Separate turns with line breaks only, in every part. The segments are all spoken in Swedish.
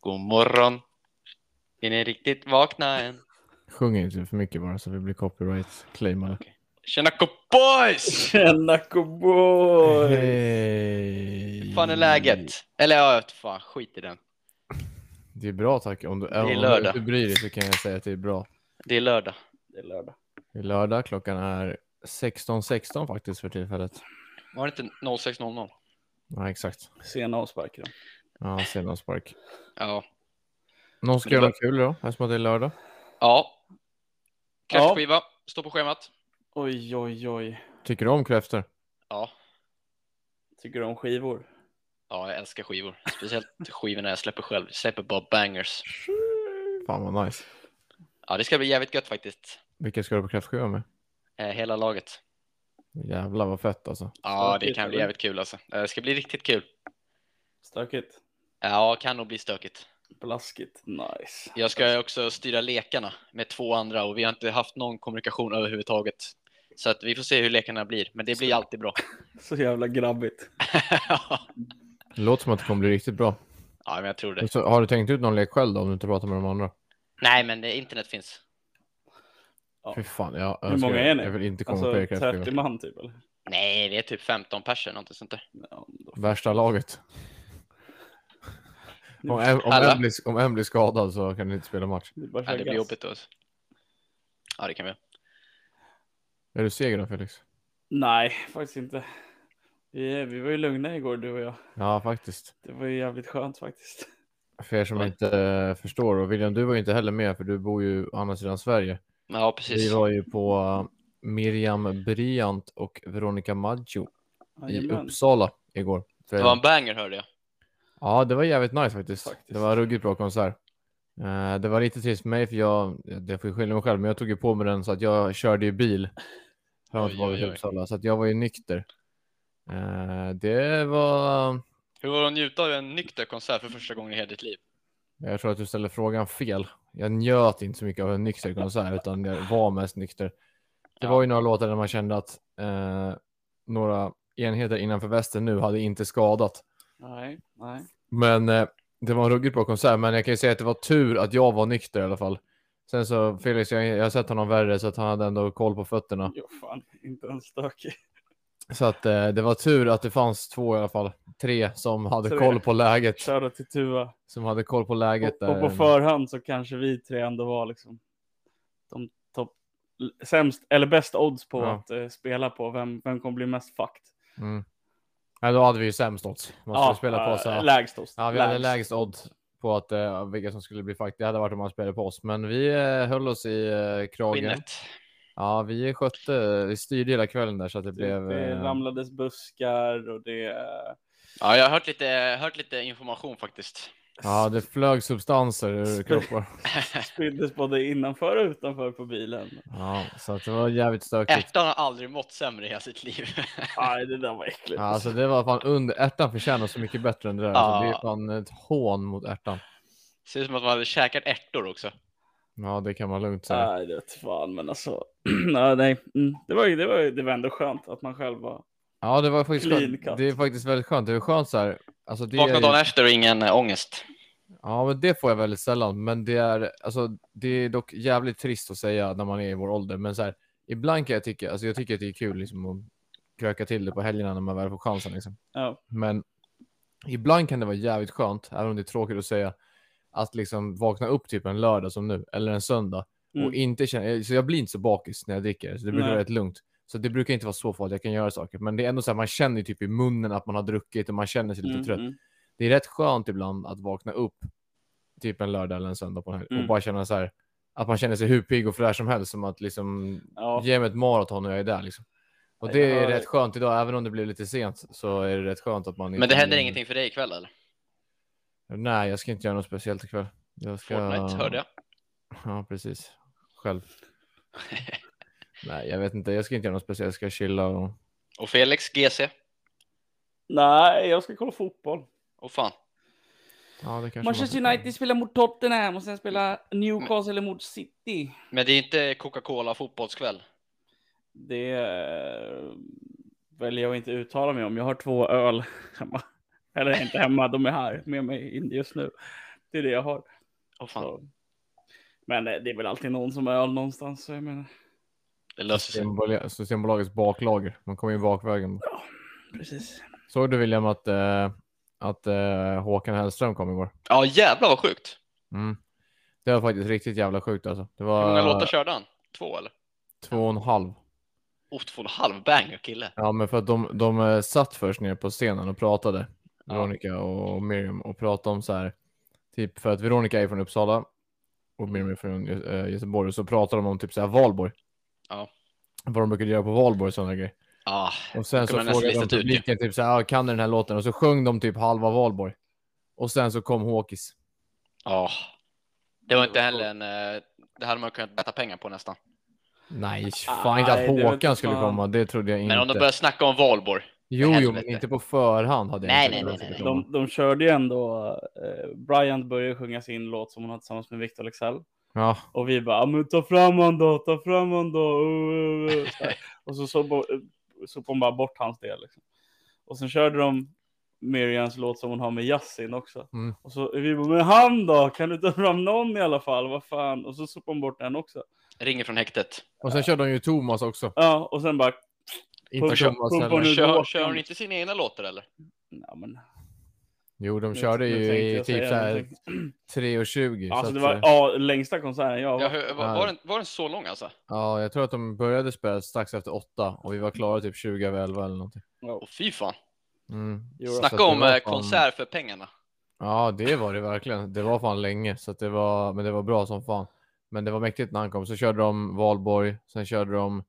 God morgon. Är ni riktigt vakna än?
Sjung inte för mycket bara så vi blir copyright-claimade.
Tjena boys!
Tjena cowboy!
Hej!
Hur fan är läget? Eller ja, jag vet fan, skit i den.
Det är bra tack. Om du,
är
om du
lördag.
inte bryr dig så kan jag säga att det är bra.
Det är lördag.
Det är lördag.
Det är lördag, klockan är 16.16 faktiskt för tillfället.
Var det inte 06.00?
Ja, exakt.
Sena avsparkar.
Ja, sena spark.
Ja.
Någon ska
Men det
göra
var-
något kul då, eftersom det är lördag.
Ja.
Ja.
Kräftskiva, står på schemat.
Oj, oj, oj.
Tycker du om kräftor?
Ja.
Tycker du om skivor?
Ja, jag älskar skivor. Speciellt skivorna jag släpper själv. Jag släpper bara bangers.
Fan vad nice.
Ja, det ska bli jävligt gött faktiskt.
Vilka ska du på kräftskiva med?
Eh, hela laget.
Jävlar vad fett alltså.
Ja, det
Stökigt,
kan bli
eller?
jävligt kul alltså. Eh, Det ska bli riktigt kul.
Stökigt?
Ja, kan nog bli stökigt.
Blaskigt? Nice.
Jag ska ju också styra lekarna med två andra och vi har inte haft någon kommunikation överhuvudtaget. Så att vi får se hur lekarna blir, men det blir alltid bra.
Så jävla grabbigt.
ja,
Det låter som att det kommer bli riktigt bra.
men jag tror det.
Så, har du tänkt ut någon lek själv då, om du inte pratar med de andra?
Nej, men det, internet finns.
Ja.
Fy fan, jag
Hur
önskar-
många är ni?
Jag vill inte komma
Alltså
på er
30
kräftskiva.
man typ eller?
Nej, vi är typ 15 personer, någonting sånt där.
Ja, då.
Värsta laget.
Nu-
Om en, om,
Alla.
en blir, om en blir skadad så kan ni inte spela match.
Det, är bara
Ja, det blir
gas.
jobbigt då. alltså. Ja, det kan vi.
Är du seger då Felix?
Nej, faktiskt inte. Vi, vi var ju lugna igår du och jag.
Ja, faktiskt.
Det var ju jävligt skönt faktiskt.
För er som
Oj.
inte eh, förstår, och William du var ju inte heller med för du bor ju å andra sidan Sverige.
Ja, precis.
Vi var ju på eh, Miriam Bryant och Veronica Maggio i
Jajamän.
Uppsala igår.
Det var en banger hörde jag.
Ja, det var jävligt nice faktiskt.
Faktiskt.
Det var en ruggigt bra konsert. Eh, det var lite trist för mig, för jag, det får ju skylla mig själv, men jag tog ju på mig den så att jag körde ju bil fram och
Oj,
tillbaka
oj,
till
oj.
Uppsala, så att jag var ju nykter. Eh, det var...
Hur var det att njuta av en nykter konsert för första gången i hela ditt liv?
Jag tror att du ställer frågan fel. Jag njöt inte så mycket av en nykter konsert, utan jag var mest nykter. Det
Ja.
var ju några låtar där man kände att eh, några enheter innanför västen nu hade inte skadat.
Nej, nej.
Men eh, det var en ruggigt bra konsert, men jag kan ju säga att det var tur att jag var nykter i alla fall. Sen så, Felix, jag, jag har sett honom värre så att han hade ändå koll på fötterna.
Jo fan, inte ens stökig.
Så att eh, det var tur att det fanns två i alla fall, tre som hade
Tre.
koll på läget.
Shoutout till Tuva.
Som hade koll på läget eh,
Och, och på förhand så kanske vi tre ändå var liksom de topp, sämst eller bäst odds på
Ja.
att eh, spela på. Vem, vem kommer bli mest fucked?
Mm. Nej, då hade vi ju sämst odds. Man skulle spela på så.
äh,
här.
Lägst odds.
Ja, vi hade lägst odds på att eh, vilka som skulle bli fakt. Det hade varit om man spelade på oss, men vi eh, höll oss i eh, kragen.
Skinnet.
Ja, vi skötte, vi styrde hela kvällen där så att det,
Det,
blev.
det
eh,
ramlades buskar och det... eh,
Ja, jag har hört lite, hört lite information faktiskt.
Ja, det flög substanser ur
Spr-
kroppar.
spyddes både innanför och utanför på bilen.
Ja, så att det var jävligt stökigt.
Ärtan har aldrig mått sämre i hela sitt liv.
Aj, det där var äckligt.
Ja, alltså det var fan under. Ettan förtjänar så mycket bättre än det där. Alltså, det är fan ett hån mot ärtan.
Ser ut som att man hade käkat ärtor också.
Ja, det kan man lugnt säga.
Nej, det vet fan, men alltså. ja, nej. Mm. Det, var, ju- det, var, ju- det var ändå skönt att man själv var...
Ja, det var faktiskt
Clean
skönt.
cut.
Det är faktiskt väldigt skönt. Det är skönt så här. Alltså, det
Vakna dagen
är...
efter och ingen eh, ångest.
Ja, men det får jag väldigt sällan. Men det är, alltså, det är dock jävligt trist att säga när man är i vår ålder. Men så här, ibland kan jag tycka, alltså jag tycker att det är kul liksom att kröka till det på helgerna när man väl får chansen liksom.
Ja,
Men ibland kan det vara jävligt skönt, även om det är tråkigt att säga, att liksom vakna upp typ en lördag som nu, eller en söndag. Och
Mm.
inte känna, eh, så jag blir inte så bakis när jag dricker, så det brukar
Nej.
vara rätt lugnt. Så det brukar inte vara så farligt, jag kan göra saker. Men det är ändå så här, man känner ju typ i munnen att man har druckit och man känner sig lite
mm,
trött.
mm.
Det är rätt skönt ibland att vakna upp, typ en lördag eller en söndag på en helg, och
Mm.
bara känna så här, att man känner sig hur pigg och fräsch som helst, som att liksom
Ja.
Ge mig ett maraton när jag är där liksom. Och
Ja,
det
jag
är
hör
rätt
dig.
skönt idag, även om det blev lite sent så är det rätt skönt att man
Men det händer ingenting för dig ikväll eller?
Nej, jag ska inte göra något speciellt ikväll. Jag ska...
Fortnite hörde jag.
Ja, precis. Själv. Nej, jag vet inte. Jag ska inte göra något speciellt. Jag ska chilla och...
Och Felix, GC.
Nej, jag ska kolla fotboll.
Och fan.
Ja, det kanske man
Manchester
ska-
United spelar mot Tottenham och sen spelar Newcastle mot City.
Men det är inte Coca-Cola fotbollskväll.
Det eh, väljer jag att inte uttala mig om. Jag har två öl hemma. Eller inte hemma, de är här med mig in just nu. Det är det jag har.
Åh fan,
Så. Men eh, det är väl alltid någon som har öl någonstans. Så jag menar,
det löser sig.
Systembolag- Systembolagets baklager. Man kommer in bakvägen.
precis.
Såg du William att, eh, att eh, Håkan Hellström kom igår?
Ja jävlar vad sjukt.
Mm. Det var faktiskt riktigt jävla sjukt alltså. Det
Hur många låtar
var
körde han? Två eller?
två och en halv.
Oh, två och en halv banger kille.
Ja, men för att de, de eh, satt först nere på scenen och pratade,
Ja.
Veronica och Miriam, och pratade om så här, typ för att Veronica är från Uppsala och Miriam är från Gö- eh, Göteborg, så pratade de om typ så här valborg.
Ja.
Vad de brukade göra på valborg och sådana grejer.
Ja,
Och sen så
kunde man nästan
frågade de
listat ut ju.
publiken typ så här, "Ah, kan du den här låten? Och så sjöng de typ halva valborg. Och sen så kom Håkis.
ja. Det var inte heller en, eh, det hade man kunnat betta pengar på nästan.
Nej, fan
Nej,
inte
det
att
vet
Håkan
fan.
skulle komma, det trodde jag inte.
Men om de börjar snacka om valborg.
Jo, jo, men
helvete.
inte på förhand hade jag
Nej,
inte
nej,
trott
nej,
att
nej,
skulle
nej.
komma.
De, de körde ju ändå. Eh, Brian började sjunga sin låt som hon hade tillsammans med Victor Leksell.
Ja,
Och vi bara, "Ja, men ta fram han då, ta fram han då. uh, uh, uh", så här. och så sopade hon- sopade hon bara bort hans del. Liksom. Och sen körde de Miriams låt som hon har med Yasin också.
Mm.
Och så vi bara, men han då? Kan du ta fram någon i alla fall? Vad fan? Och så sopade hon bort den också.
Ringer från häktet.
och sen körde de ju Thomas också.
Ja, och sen bara,
Inte
Pumpa-
Thomas
pumpa
heller.
nu.
Kör,
låten.
kör hon inte sina egna låtar eller?
ja men.
Jo, de
nu-
körde
nu
ju
tänkte
i
jag
typ
säga
såhär
någonting.
3.20.
Alltså
så
det
att,
var
eh,
ja, längsta konserten jag
Ja,
var.
hur, var, var, den, var den så lång alltså?
ja, jag tror att de började spela strax efter åtta och vi var klara typ 20 över 11 eller någonting.
Åh fy fan.
Mm.
Jo, alltså,
Så att
Snacka
det
om
var
eh,
fan-
konsert för pengarna.
Ja, det var det verkligen. Det var fan länge, så att det var, men det var bra som fan. Men det var mäktigt när han kom. Så körde de Valborg, sen körde de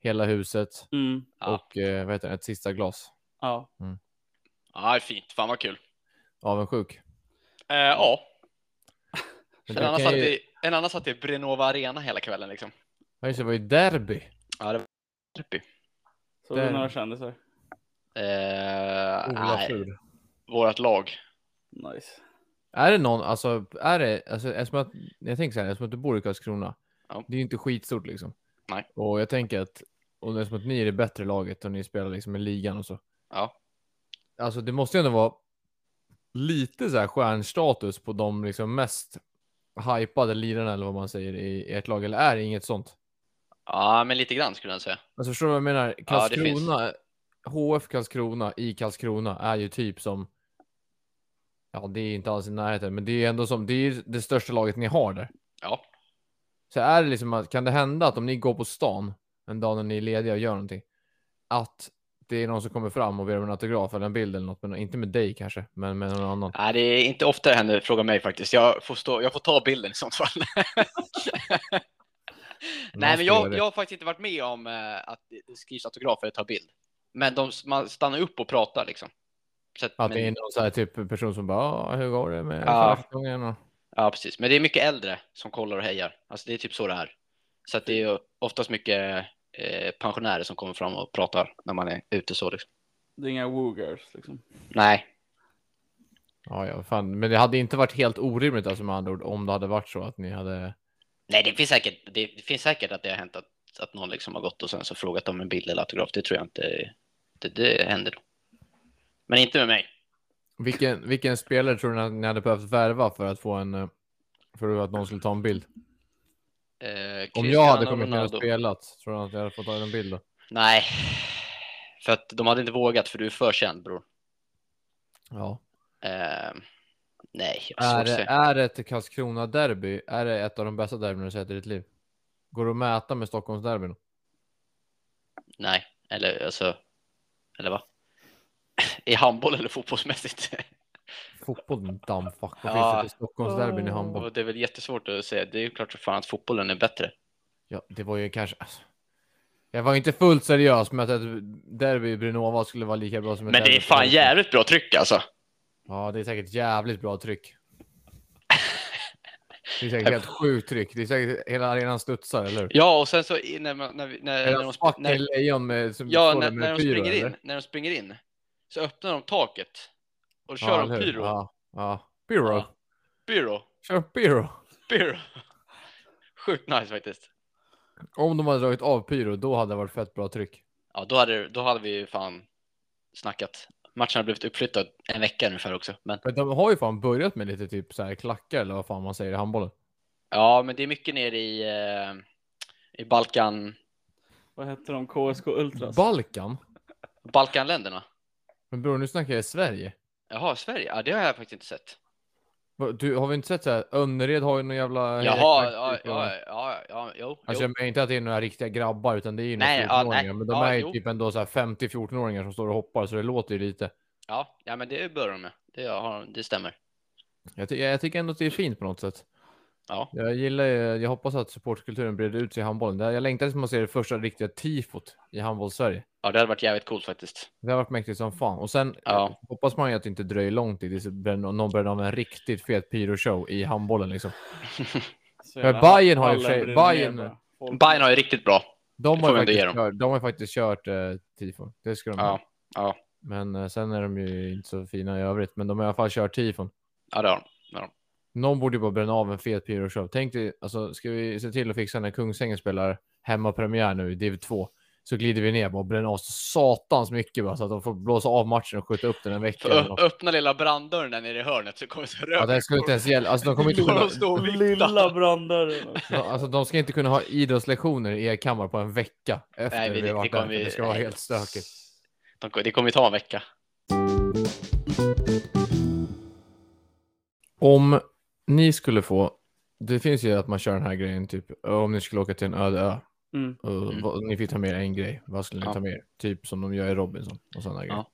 Hela huset
Mm,
Ja.
och eh, vad heter det, ett sista glas.
ja.
Ja, det är fint. Fan vad kul.
Avundsjuk.
Eh, ja,
Men
en
det
annan,
kan
satt
ju-
i, en annan satt i Brenova Arena hela kvällen liksom.
Ja, just det, det var ju derby.
Ja, det var trippy.
Så det var
Där.
några kändisar.
Eh,
Ola
nej,
Fur.
vårt lag.
Nice.
Är det någon, alltså, är det, alltså, eftersom att, jag tänker så här, eftersom att du bor i Karlskrona,
Ja.
det är ju inte skitstort liksom.
Nej.
Och jag tänker att, och eftersom att ni är det bättre laget och ni spelar liksom i ligan och så.
Ja.
Alltså det måste ju ändå vara lite så här stjärnstatus på de liksom mest hypade lirarna eller vad man säger i ert lag, eller är det inget sånt?
Ja, men lite grann skulle jag säga.
Alltså förstår du vad jag menar?
Ja, det finns.
Karlskrona, HF Karlskrona i Karlskrona är ju typ som Ja, det är inte alls i närheten, men det är ändå som det är ju det största laget ni har där.
Ja,
Så är det liksom att kan det hända att om ni går på stan en dag när ni är lediga och gör någonting att det är någon som kommer fram och ber om en autograf eller en bild eller något, men inte med dig kanske, men med någon annan.
nej, det är inte ofta det händer, fråga mig faktiskt. Jag får, stå, jag får ta bilden i sånt fall. Nej,
Man
men
ska göra
jag,
det.
jag har faktiskt inte varit med om eh, att det skrivs autografer och tar bild. Men de, man stannar upp och pratar liksom. Så att,
Att
men,
det är någon så här typ person som bara, "Ah, hur går det med
Ja.
försäsongen? och
Ja, precis. Men det är mycket äldre som kollar och hejar. Alltså det är typ så det är. Så att det är ju oftast mycket eh, pensionärer som kommer fram och pratar när man är ute så liksom.
Det är inga woogers liksom.
Nej,
Ja, ja, fan. Men det hade inte varit helt orimligt alltså med andra ord om det hade varit så att ni hade.
nej, det finns säkert. Det, det finns säkert att det har hänt att, att någon liksom har gått och sen så frågat om en bild eller autograf. Det tror jag inte. Det, det händer då. Men inte med mig.
Vilken, vilken spelare tror ni att ni hade behövt värva för att få en, eh, för att någon skulle ta en bild?
Eh,
Om jag hade
Cristiano
kommit ner och
Ronaldo.
spelat, tror ni att jag hade fått ta en bild då?
Nej, för att de hade inte vågat för du är för känd bror.
Ja.
Eh, nej, jag har
Är
svårt att
det,
säga.
är det ett Karlskrona-derby? Är det ett av de bästa derbyn du har sett i ditt liv? Går det att mäta med Stockholmsderbyn?
Nej, eller alltså, eller va? I handboll eller fotbollsmässigt?
Fotboll, dammfuck. Vad finns
Ja.
det till Stockholmsderbyn i handboll?
Och det är väl jättesvårt att säga. Det är ju klart för fan att fotbollen är bättre.
Ja, det var ju kanske. Alltså. Jag var inte fullt seriös med att ett derby i Brinova skulle vara lika bra som ett
Men det
derby
är
på
fan
Hälsingland.
jävligt bra tryck alltså.
Ja, det är säkert jävligt bra tryck. Det är säkert helt sjukt tryck. Det är säkert hela arenan studsar, eller hur?
Ja, och sen så i- när, man, när, vi- när, när,
Hela
de, sp-
fucking
när,
lejon med, som
ja,
står
när,
där
när de
pyro,
springer
eller?
in, när de springer in så öppnar de taket och
Ja,
kör
eller
de
hur?
pyro.
Ja, ja. Pyro.
Ja. Pyro,
Kör pyro.
pyro. Sjukt nice faktiskt.
Om de hade dragit av pyro, då hade det varit fett bra tryck.
Ja, då hade, då hade vi ju fan snackat. matchen har blivit uppflyttad en vecka ungefär också. Men
Men de har ju fan börjat med lite typ så här klackar eller vad fan man säger i handbollen.
ja, men det är mycket ner i, eh, i Balkan,
Vad heter de? KSK Ultras?
Balkan?
Balkanländerna.
Men bror, nu snackar jag i Sverige.
Jaha, Sverige? Ja, det har jag faktiskt inte sett.
Va, Du, har vi inte sett så här? Önnered har ju någon jävla... eh, typ,
Jaha, ja, ja, ja, ja, jo,
Alltså
jo.
jag menar inte att det är några riktiga grabbar utan det är ju några
Nej, ja,
14-åringar.
nej.
men de
Ja,
är ju
jo.
typ ändå så här 50-14-åringar som står och hoppar så det låter ju lite.
Ja, ja, men det börjar de med. Det, har, det stämmer.
Jag, ty- jag tycker ändå att det är fint på något sätt.
Ja.
Jag gillar ju- jag hoppas att supportkulturen breder ut sig i handbollen. Det- Jag längtar tills man ser det första riktiga tifot i handbolls-Sverige.
Ja, det hade varit jävligt coolt faktiskt.
Det har varit mäktigt som fan. Och sen
Ja.
eh, hoppas man ju att det inte dröjer lång tid tills det bränner- någon bränner av en riktigt fet pyroshow i handbollen liksom.
Så
Men
jävla-
Bayern har ju
alla
för sig-
brinner
Bayern-
ner bara. Folk-
Bayern har ju riktigt bra.
De
Det får
har, ju
vi ändå
faktiskt
ge dem.
kört, de har ju faktiskt kört eh, tifon. Det ska de ha.
Ja, ja,
Men eh, sen är de ju inte så fina i övrigt. Men de har i alla fall kört tifon.
ja det har de.
Någon borde ju bara bränna av en fet pyroshow. Tänk dig, alltså ska vi se till att fixa när Kungsängen spelar hemmapremiär nu i div 2. Så glider vi ner bara och bränner av så satans mycket bara, så att de får blåsa av matchen och skjuta upp den en vecka.
För
eller
ö-
något.
öppna lilla branddörren där nere i hörnet så kommer det så rök.
Ja, det skulle inte ens gälla. Alltså de kommer inte
Kommer
kunna,
de stå och
Lilla
vifta?
brandare.
Ja, Alltså de ska inte kunna ha idrottslektioner i er kammare på en vecka efter
Nej, vi-
vi
det
har varit där.
kommer
för
vi-
Det ska vara
nej.
helt stökigt.
De ko- Det kommer ju ta en vecka.
Om ni skulle få, det finns ju att man kör den här grejen typ om ni skulle åka till en öde ö
Mm.
och
Mm.
vad, ni fick ta med er en grej. Vad skulle ni
Ja.
ta med er? Typ som de gör i Robinson och sådana grejer.
Ja.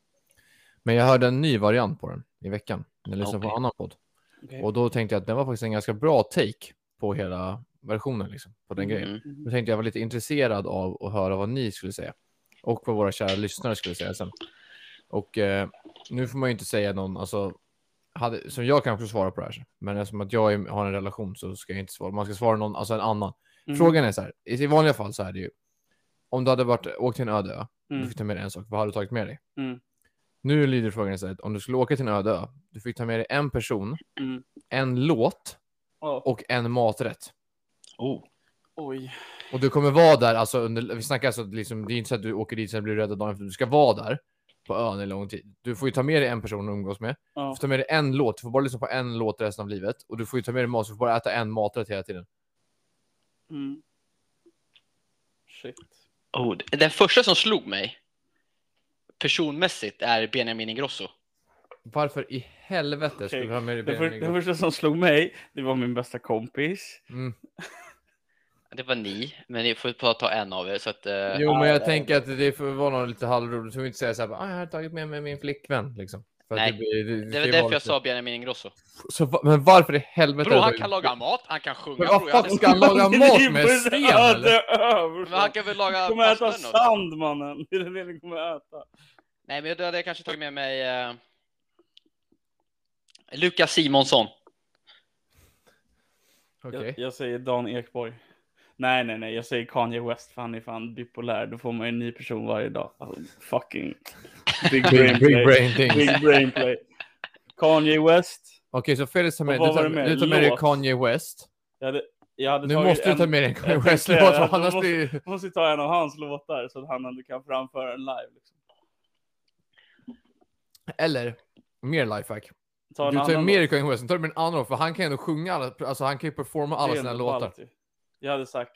Men jag hörde en ny variant på den i veckan. Jag lyssnade på
Okej.
en annan podd
Okej.
och då tänkte jag att den var faktiskt en ganska bra take på hela versionen liksom på den grejen.
Mm.
Då tänkte jag var lite intresserad av att höra vad ni skulle säga. Och vad våra kära lyssnare skulle säga sen. Och eh, nu får man ju inte säga någon, alltså, hade, som jag kanske svarar på det här. Men eftersom att jag är, har en relation så ska jag inte svara. Man ska svara någon, alltså en annan.
Mm.
Frågan är så här, i i vanliga fall så är det ju. Om du hade varit, åkt till en öde ö, du
Mm.
fick ta med dig en sak, vad hade du tagit med dig?
Mm.
Nu lyder frågan så här, att om du skulle åka till en öde ö, du fick ta med dig en person,
Mm.
en låt
Ja.
och en maträtt.
Oh.
Oj.
Och du kommer vara där, alltså under, vi snackar alltså liksom, det är inte så att du åker dit sen blir du räddad dagen efter. Du ska vara där på ön i lång tid. Du får ju ta med dig en person att umgås med. Du
Ja.
får ta med dig en låt, du får bara lyssna på en låt resten av livet. Och du får ju ta med dig mat, så du får bara äta en maträtt hela tiden.
Mm. Shit.
Oh. Den första som slog mig personmässigt är Benjamin Ingrosso.
Varför i helvete skulle du ha med dig
Den, för,
Benjamin
den
Ingrosso?
första som slog mig, det var min bästa kompis.
mm.
Det var ni, men ni får bara ta en av er. Så att, eh,
Jo, men
Ja,
jag
det-
tänker att det får vara något lite halvroligt. Du får inte säga så här, bara, ah, jag har tagit med mig min flickvän liksom. För att
Nej,
det, blir, det,
det
ska
var
ju
därför
vara
jag
lite-
sa Benjamin Ingrosso.
Så, va- men varför i helvete?
Bro,
har du
han
tagit-
kan laga mat, han kan sjunga.
Men vad
Bro, jag hade-
fan Ska han laga mat med sten, eller?
men han kan väl laga
Du kommer äta
pasta eller något?
sand mannen. Det är det ni kommer äta.
Nej, men då hade jag kanske tagit med mig eh, Lukas Simonsson.
Okej.
Jag, jag säger Dan Ekborg. Nej, nej, nej. Jag säger Kanye West för han är fan bipolär. Då får man ju en ny person varje dag. Alltså, fucking big brain
Big, big
play.
brain things.
Big brain play. Kanye West.
Okej, så Felix tar med,
Och
du
vad var
tar,
det med?
du tar med dig
Låt?
Kanye West.
Jag hade, jag hade
Nu
tagit
måste du
en-
ta med dig en Kanye
jag tänkte
West-låt,
säga det,
för
då
annars
måste-
blir det-
måste ju ta en av hans låtar så att han ändå kan framföra den live. Liksom.
Eller, mer lifehack.
Ta en
Du tar ju
annan
med
låt.
dig Kanye West, sen tar du med en annan låt, för han kan ju ändå sjunga alla, alltså han kan ju performa alla
Det är
sina
ändå
låtar.
ballt ju. Jag hade sagt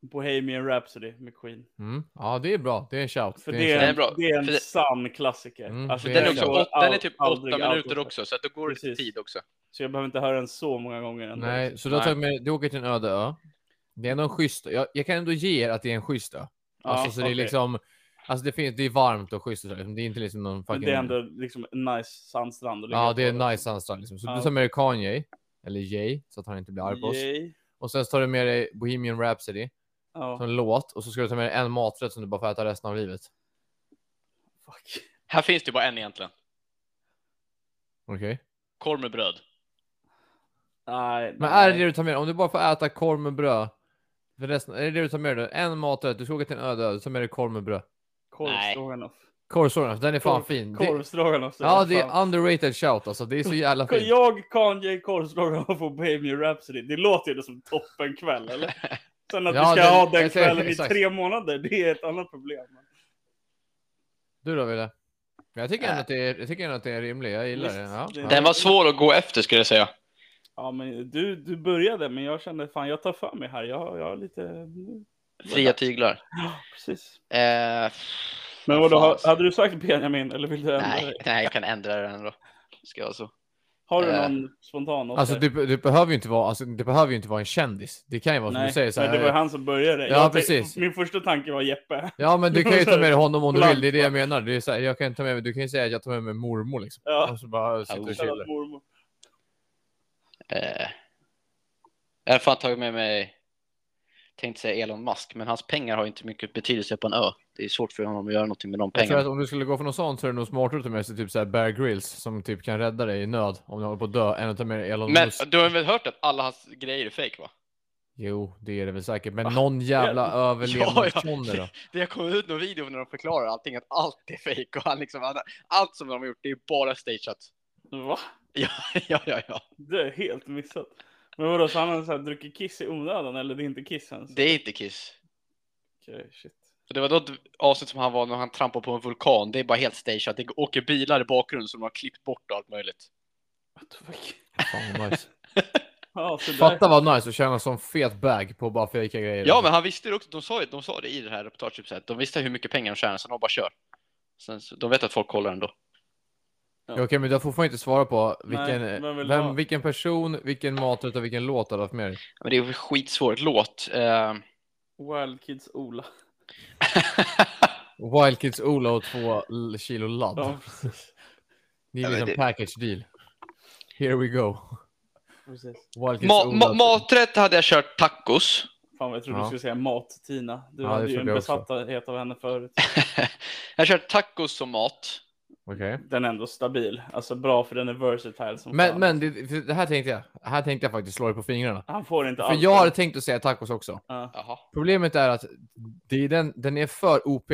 Bohemian Rhapsody med Queen.
Mm. Ja, det är bra. Det är en shout.
För
Det
det,
är en
är
shout.
Den är bra.
en, det är en
För det-
sann klassiker. Alltså,
Mm, det
Den är,
Jag
också,
tror
åt, den är typ
liksom aldrig
åtta minuter
outåt.
också, så att då går det lite
Precis.
tid också.
Så jag behöver inte höra den så många gånger ändå. liksom.
Nej, så då tar jag med dig, du åker till en öde ö. Det är ändå en schysst, jag, jag kan ändå ge er att det är en schysst ö.
Ja,
Alltså, så det är
okej.
liksom, alltså det finns, det är varmt och schysst och så, liksom. det är inte liksom någon
Men
fucking...
det är ändå liksom en nice sandstrand. att ligga
Ja, det är
på.
en nice sandstrand liksom. Så
Ja.
du tar med dig Kanye, eller Jay, så att han inte blir arg på oss.
Yay.
Och sen så tar du med dig Bohemian Rhapsody.
Ja,
som låt och så ska du ta med dig en maträtt som du bara får äta resten av livet.
fuck.
Här finns det bara en egentligen.
Okej.
Korv med bröd.
Nej.
Men är det det du tar med dig? Om du bara får äta korv med bröd. För resten, är det det du tar med dig? då? En maträtt, du ska åka till en öde ö, du tar med dig korv med bröd.
Nej.
Korvstroganoff.
Korvstroganoff, den är fan
Korv-
fin. Det,
Korvstroganoff. säger
ja,
jag
det
fan.
är underrated shout alltså. Det är så jävla
Kan
fint.
Jag, Kanye, korvstroganoff och Bohemian Rhapsody. Det låter ju som toppen kväll, eller? Sen att
Ja,
vi ska
det-
ha den
jag säger-
kvällen i
exakt.
tre månader, det är ett annat problem.
Du då Wille? Men jag tycker ändå att det är, jag tycker ändå att det är rimligt. Jag gillar
Visst,
det. Ja.
det-
Ja.
Den var svår att gå efter skulle jag säga.
Ja, men du, du började, men jag kände fan, jag tar för mig här. Jag, jag har lite...
Fria tyglar.
Ja, precis.
Eh,
Men vadå, ha-
fan.
hade du sagt Benjamin eller vill du ändra
nej,
dig?
nej, jag kan ändra den då. Ska jag så.
Har du
Eh.
någon spontan? Oscar?
Alltså, det, det, behöver ju inte vara, alltså det behöver ju inte vara en kändis. Det kan ju vara som
nej,
du säger. Så här,
men det var ju han som började.
Ja,
Jag
precis.
Min första tanke var Jeppe.
Ja, men du kan ju ta med dig honom om du
Blankt.
vill. Det är det jag menar. Det är så här, jag kan ju ta med mig, du kan ju säga att jag tar med mig mormor liksom.
Ja.
Och så bara sitter och
Hallå.
chillar.
Mormor.
Eh, jag har fan tagit med mig, tänkte säga Elon Musk, men hans pengar har inte mycket betydelse på en ö. Det är svårt för honom att göra någonting med de
Jag tror
pengarna.
att om du skulle gå för något sånt så är det nog smartare att ta med sig typ så här Bear Grylls som typ kan rädda dig i nöd om du håller på att dö än att ta med dig Elon
Men
Musk.
du har väl hört att alla hans grejer är fejk va?
Jo, det är det väl säkert.
Ah.
Men någon jävla överlevnadsjolle då?
Det har kommit ut någon video när de förklarar allting att allt är fejk och han liksom, han- allt som de har gjort det är bara stageat.
Va?
Ja, ja, ja, ja.
Det är helt missat. Men vadå, så han har så här, druckit kiss i onödan eller det är inte kiss ens?
Det är inte Kiss.
Okej, shit.
Och Det var då ett avsnitt som han var när han trampade på en vulkan. Det är bara helt stageat. Det åker bilar i bakgrunden som de har klippt bort och allt möjligt.
What the fuck?
Fan, vad nice.
Ja, så där.
Fatta vad nice att tjäna en sån fet bag på att bara fejka grejer.
Ja, men han visste ju också. De sa, ju, de sa det i det här reportaget. typ så här, De visste hur mycket pengar de tjänar, så de bara kör. Sen, så, de vet att folk kollar ändå.
Okej, men du får inte svara på vilken,
Nej, vem vill ha?
vem, vilken person, vilken maträtt och vilken låt du hade haft med dig.
Men det är ju skitsvårt. Låt. Eh,
Wild Kids Ola.
Wild Kids Ola och två l- kilo ladd.
Ja, precis.
Det är
Ja, men
liksom
det-
package deal. Here we go.
precis.
Wild Kids
ma-
Ola.
ma- maträtt hade jag kört tacos.
Fan vad jag trodde
Ja.
du skulle säga mat-Tina. Du
Ja, det
hade ju en
trodde jag också.
besatthet av henne förut.
jag har kört tacos som mat.
Okej.
Den är ändå stabil. Alltså bra för den är versatile som
Men,
fan.
men det, det här tänkte jag. Här tänkte jag faktiskt slå dig på fingrarna.
Han får inte
För
allt.
jag hade tänkt att säga tacos också.
Ja.
Jaha.
Problemet är att det är den, den är för OP.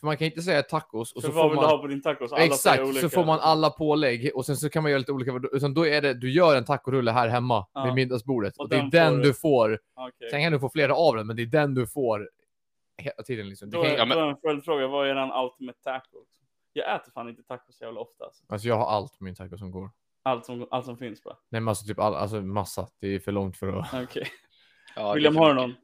För man kan inte säga tacos och
För
så
vad
får
vill du ha
man...
på din tacos? Alla säger
Exakt,
olika.
så får man alla pålägg och sen så kan man göra lite olika. Utan då är det, du gör en tacorulle här hemma
Ja.
vid middagsbordet.
Och
Och, det
den
är den
får-
du får.
Okej.
Sen kan du få flera av den, men det är den du får hela tiden liksom. Du
Då
kan...
är,
ja, men-
då är en följdfråga. Vad är den ultimate taco? Jag äter fan inte tacos jävla ofta. Alltså.
Alltså jag har allt på min taco som går.
Allt, som, allt som finns bara.
Nej men alltså typ all, alltså massa. Det är för långt för att...
Okej.
Ja,
William,
det är för
har du
mycket.
någon?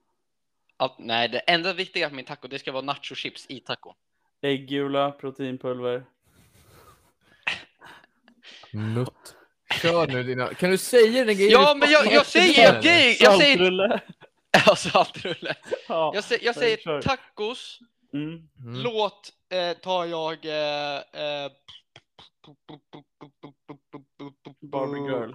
Allt, nej, det enda viktiga med min taco, det ska vara nachochips i tacon.
Äggula, proteinpulver.
Nutt. Kör nu dina... Kan du säga den grejen?
Ja, men jag, jag säger... Jag, jag, jag säger...
Saltrulle.
Ja, saltrulle.
Ja.
Jag, säger- jag
kör,
säger
kör.
tacos.
Mm.
Mm.
Låt eh, tar jag... Eh, eh,
Barbie
Mm.
girl.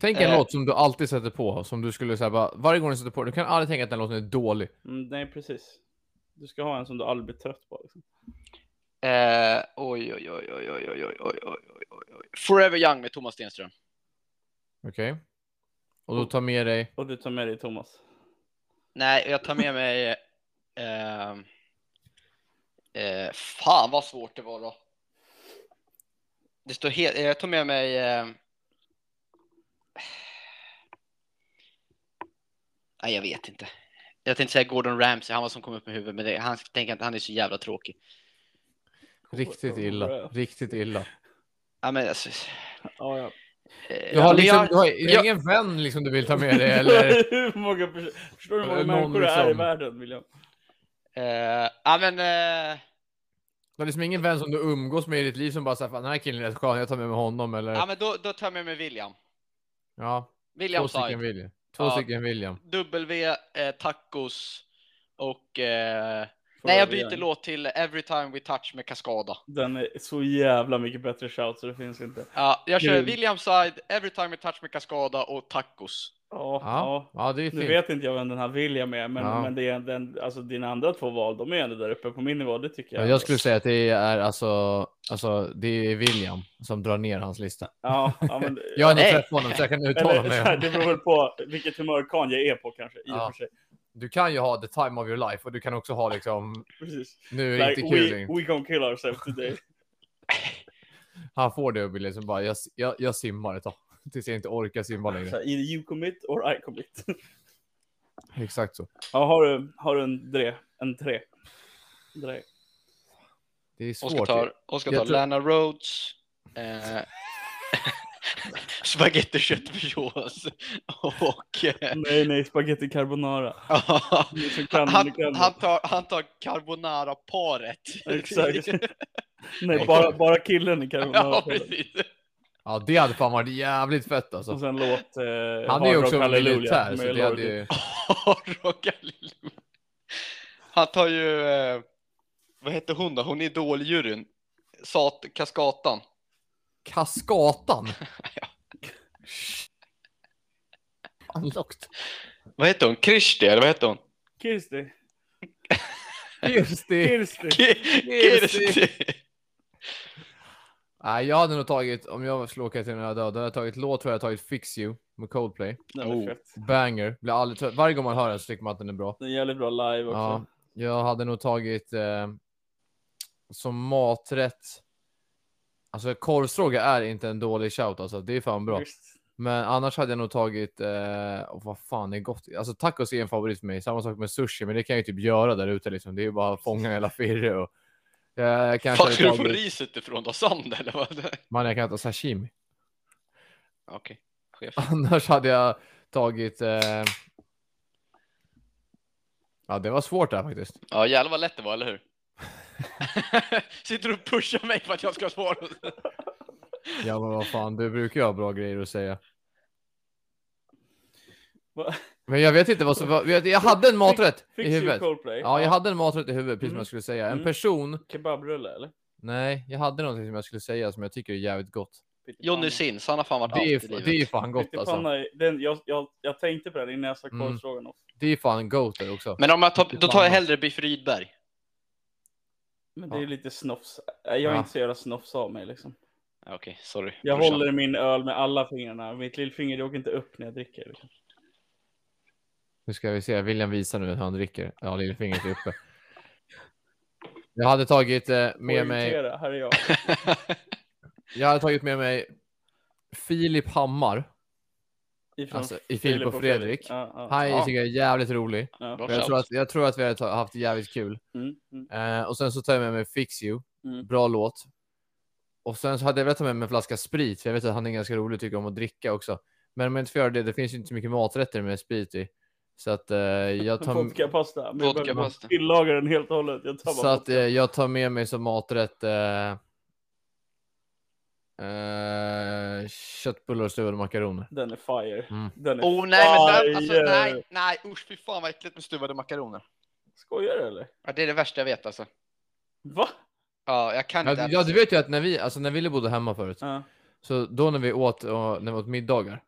Tänk en
Eh.
låt som du alltid sätter på, som du skulle säga bara, varje gång du sätter på, du kan aldrig tänka att den låten är dålig.
Mm, nej, precis. Du ska ha en som du aldrig blir trött på. Liksom.
Eh, oj, oj, oj, oj, oj, oj, oj, oj, oj, oj, oj. Forever Young med Thomas Stenström.
Okej? Och då tar med dig,
Och du tar med dig Thomas.
Nej, jag tar med mig... Eh, eh, fan vad svårt det var då. Det står helt... Jag tar med mig... Eh, nej, jag vet inte. Jag tänkte säga Gordon Ramsay, han var som kom upp med huvudet, men det, han tänker att han är så jävla tråkig.
riktigt illa, riktigt illa.
Ja, men alltså,
Ja, ja.
eh,
Du har
men
liksom,
jag-
du har du har
jag-
ingen vän liksom du vill ta med dig eller?
hur många, pers- förstår du hur många
Eller någon
människor det är i
liksom.
världen, William?
eh, ja, men... Eh,
Du har liksom ingen vän som du umgås med i ditt liv som bara säger den här killen är rätt skön, jag tar med mig honom eller?
ja, men då, då tar jag med mig William.
Ja,
William
två
sa
stycken William. Två
Ja.
stycken William.
W, eh, tacos och... Eh, nej, jag byter låt till Every time we touch med Cascada.
Den är så jävla mycket bättre shout så det finns inte.
Ja, jag kör
Grym.
William side, Every time we touch med Cascada och tacos.
Ja,
Ja,
ja.
ja det är
Nu
fint.
vet inte jag vem den här William är, men,
Ja.
men det är den, alltså dina andra två val, de är ändå där uppe på min nivå, det tycker
Ja,
jag.
Jag skulle säga att det är alltså, alltså det är William som drar ner hans lista.
Ja, ja, men,
Jag har inte
Nej.
träffat honom så jag kan uttala
eller, så
mig.
här, det beror väl på vilket humör Kanye är på kanske, i
Ja.
och för sig.
Du kan ju ha the time of your life och du kan också ha liksom,
Precis.
nu är det
Like,
inte kul
we,
längre.
we gonna kill ourselves today.
Han får det och blir liksom bara, jag, jag, jag simmar ett tag. Tills jag inte orkar simma
Så
längre.
här, either you commit or I commit. Alltså.
Exakt så.
Ja, har du, har du en dre? En tre? Dre.
Det är
Oscar
svårt.
tar, Oscar
Jag
tar
tror-
Lana Rhodes, eh, spagetti köttfärssås och... Eh,
Nej, nej, spaghetti carbonara. Ni som kan, ni
han,
kan.
han, tar, han tar carbonara-paret.
Exakt. Nej,
Ja.
bara, bara killen i
ja,
carbonara.
precis.
Ja, det hade fan varit jävligt fett alltså.
och sen låt eh,
Han är ju
Hard Rock
också
Hallelujah
militär,
med
så det
Lord-
hade ju...
Rock Hallelujah. Han tar ju, eh, vad heter hon då? Hon är idoljuryn. Sat Kaskatan.
Kaskatan! Fan, lågt.
Vad heter hon? Krishti eller vad heter hon?
Kirsti.
Just det.
Kirsti.
Ki-
Kirsti.
Kirsti.
Nej, jag hade nog tagit, om jag skulle åka till den här döden, då hade jag tagit låt, tror jag hade tagit Fix You med Coldplay.
Den är
Oh.
fett.
Banger. Blir aldrig trött. Varje gång man hör den så tycker man att den är bra.
Den är jävligt bra live också.
Ja, jag hade nog tagit eh, som maträtt. Alltså korvstrogga är inte en dålig shout alltså. Det är fan bra.
Visst.
Men annars hade jag nog tagit, eh, och vad fan är gott? Alltså tacos är en favorit för mig. Samma sak med sushi, men det kan jag ju typ göra där ute liksom. Det är ju bara att fånga hela firre och. Eh, kanske
Var
hade
ska du få
tagit-
riset ifrån då? Sand eller vad?
Man, jag kan ta sashimi.
Okej. Chef.
Annars hade jag tagit. Eh... Ja, det var svårt där faktiskt.
Ja jävlar vad lätt det var, eller hur? Sitter du och pushar mig för att jag ska svara?
Ja, men vad fan, du brukar ju ha bra grejer att säga.
Va?
Men jag vet inte vad som var. Jag jag hade en maträtt i
Fix you
huvudet.
Coldplay.
Ja, jag hade en maträtt i huvudet, precis som
Mm.
jag skulle säga. En
Mm.
person.
Kebabrulle eller?
Nej, jag hade någonting som jag skulle säga som jag tycker är jävligt gott.
Johnny Sins, han har fan varit
Det
allt i
är,
livet.
det är fan gott alltså.
Pyttipanna, är- den, jag, jag, jag tänkte på den innan jag sa
Mm.
korvfrågan också.
Det är fan goat där också.
Men om jag tar, då tar jag hellre Biff Rydberg.
Men
Ja.
det är ju lite snofs. Jag är
Ja.
inte så jävla snofs av mig liksom.
Ja, Okej, sorry.
Jag
brorsan.
håller min öl med alla fingrarna. Mitt lillfinger det åker inte upp när jag dricker. Liksom.
Nu ska vi se. William visar nu hur han dricker. Ja, lillfingret är uppe. Jag hade tagit eh, med mig.
Orientera, Här är jag.
Jag hade tagit med mig Filip Hammar.
Ifrån
Alltså, i Filip och Fredrik.
Ja, ja.
Han
Ja.
tycker jag är jävligt rolig.
Ja.
Bra.
Och Jag tror, att, jag tror att vi hade ta- haft jävligt kul.
Mm, mm.
Eh, och sen så tar jag med mig Fix You.
Mm.
Bra låt. Och sen så hade jag velat ta med mig en flaska sprit. För jag vet att han är ganska rolig och tycker om att dricka också. Men om jag inte får göra det, det finns ju inte så mycket maträtter med sprit i. Så att eh, jag tar...
Vodkapasta. Men jag behöver
Vodkapasta.
tillaga den helt och hållet. Jag tar bara
Så att
vodka.
eh, jag tar med mig som maträtt eh, eh, köttbullar och stuvade makaroner.
Den är fire.
Mm.
Den är
Oh nej, men
fire.
där, alltså, nej, nej, usch fy fan vad äckligt med stuvade makaroner.
Skojar du eller?
Ja, det är det värsta jag vet alltså.
Va?
Ja, jag kan inte.
Ja, ja, du vet ju att när vi, alltså när Wille bodde hemma förut,
Ja.
så då när vi åt, och, när vi åt middagar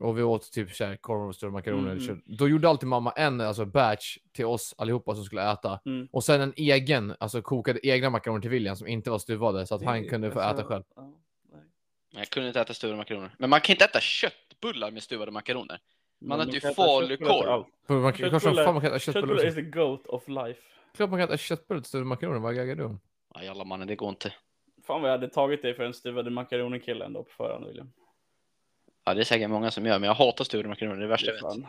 och vi åt typ så här, korv och stora makaroner,
Mm,
eller
mm.
kött, då gjorde alltid mamma en alltså batch till oss allihopa som skulle äta.
Mm.
Och sen en egen, alltså kokade egna makaroner till William som inte var stuvade så att han
Det-
kunde få
alltså,
äta själv.
ja, nej.
Jag kunde inte äta stuvade makaroner. Men man kan inte äta köttbullar med stuvade makaroner.
Men
äter
man
ju
kan äta
falukorv.
köttbullar till allt.
För Man, kan- klart som
Köttbullar-
fan man kan äta köttbullar.
Köttbullar is
också.
the goat of life.
Klart man kan äta köttbullar till stora makaroner, vad gaggar du om?
Ja, jalla mannen, det går inte.
Fan vad jag hade tagit dig för en stuvade makaroner-kille ändå på förhand William.
Ja, det är säkert många som gör, men jag hatar stuvade makaroner. Det är det värsta jag vet.
Fan.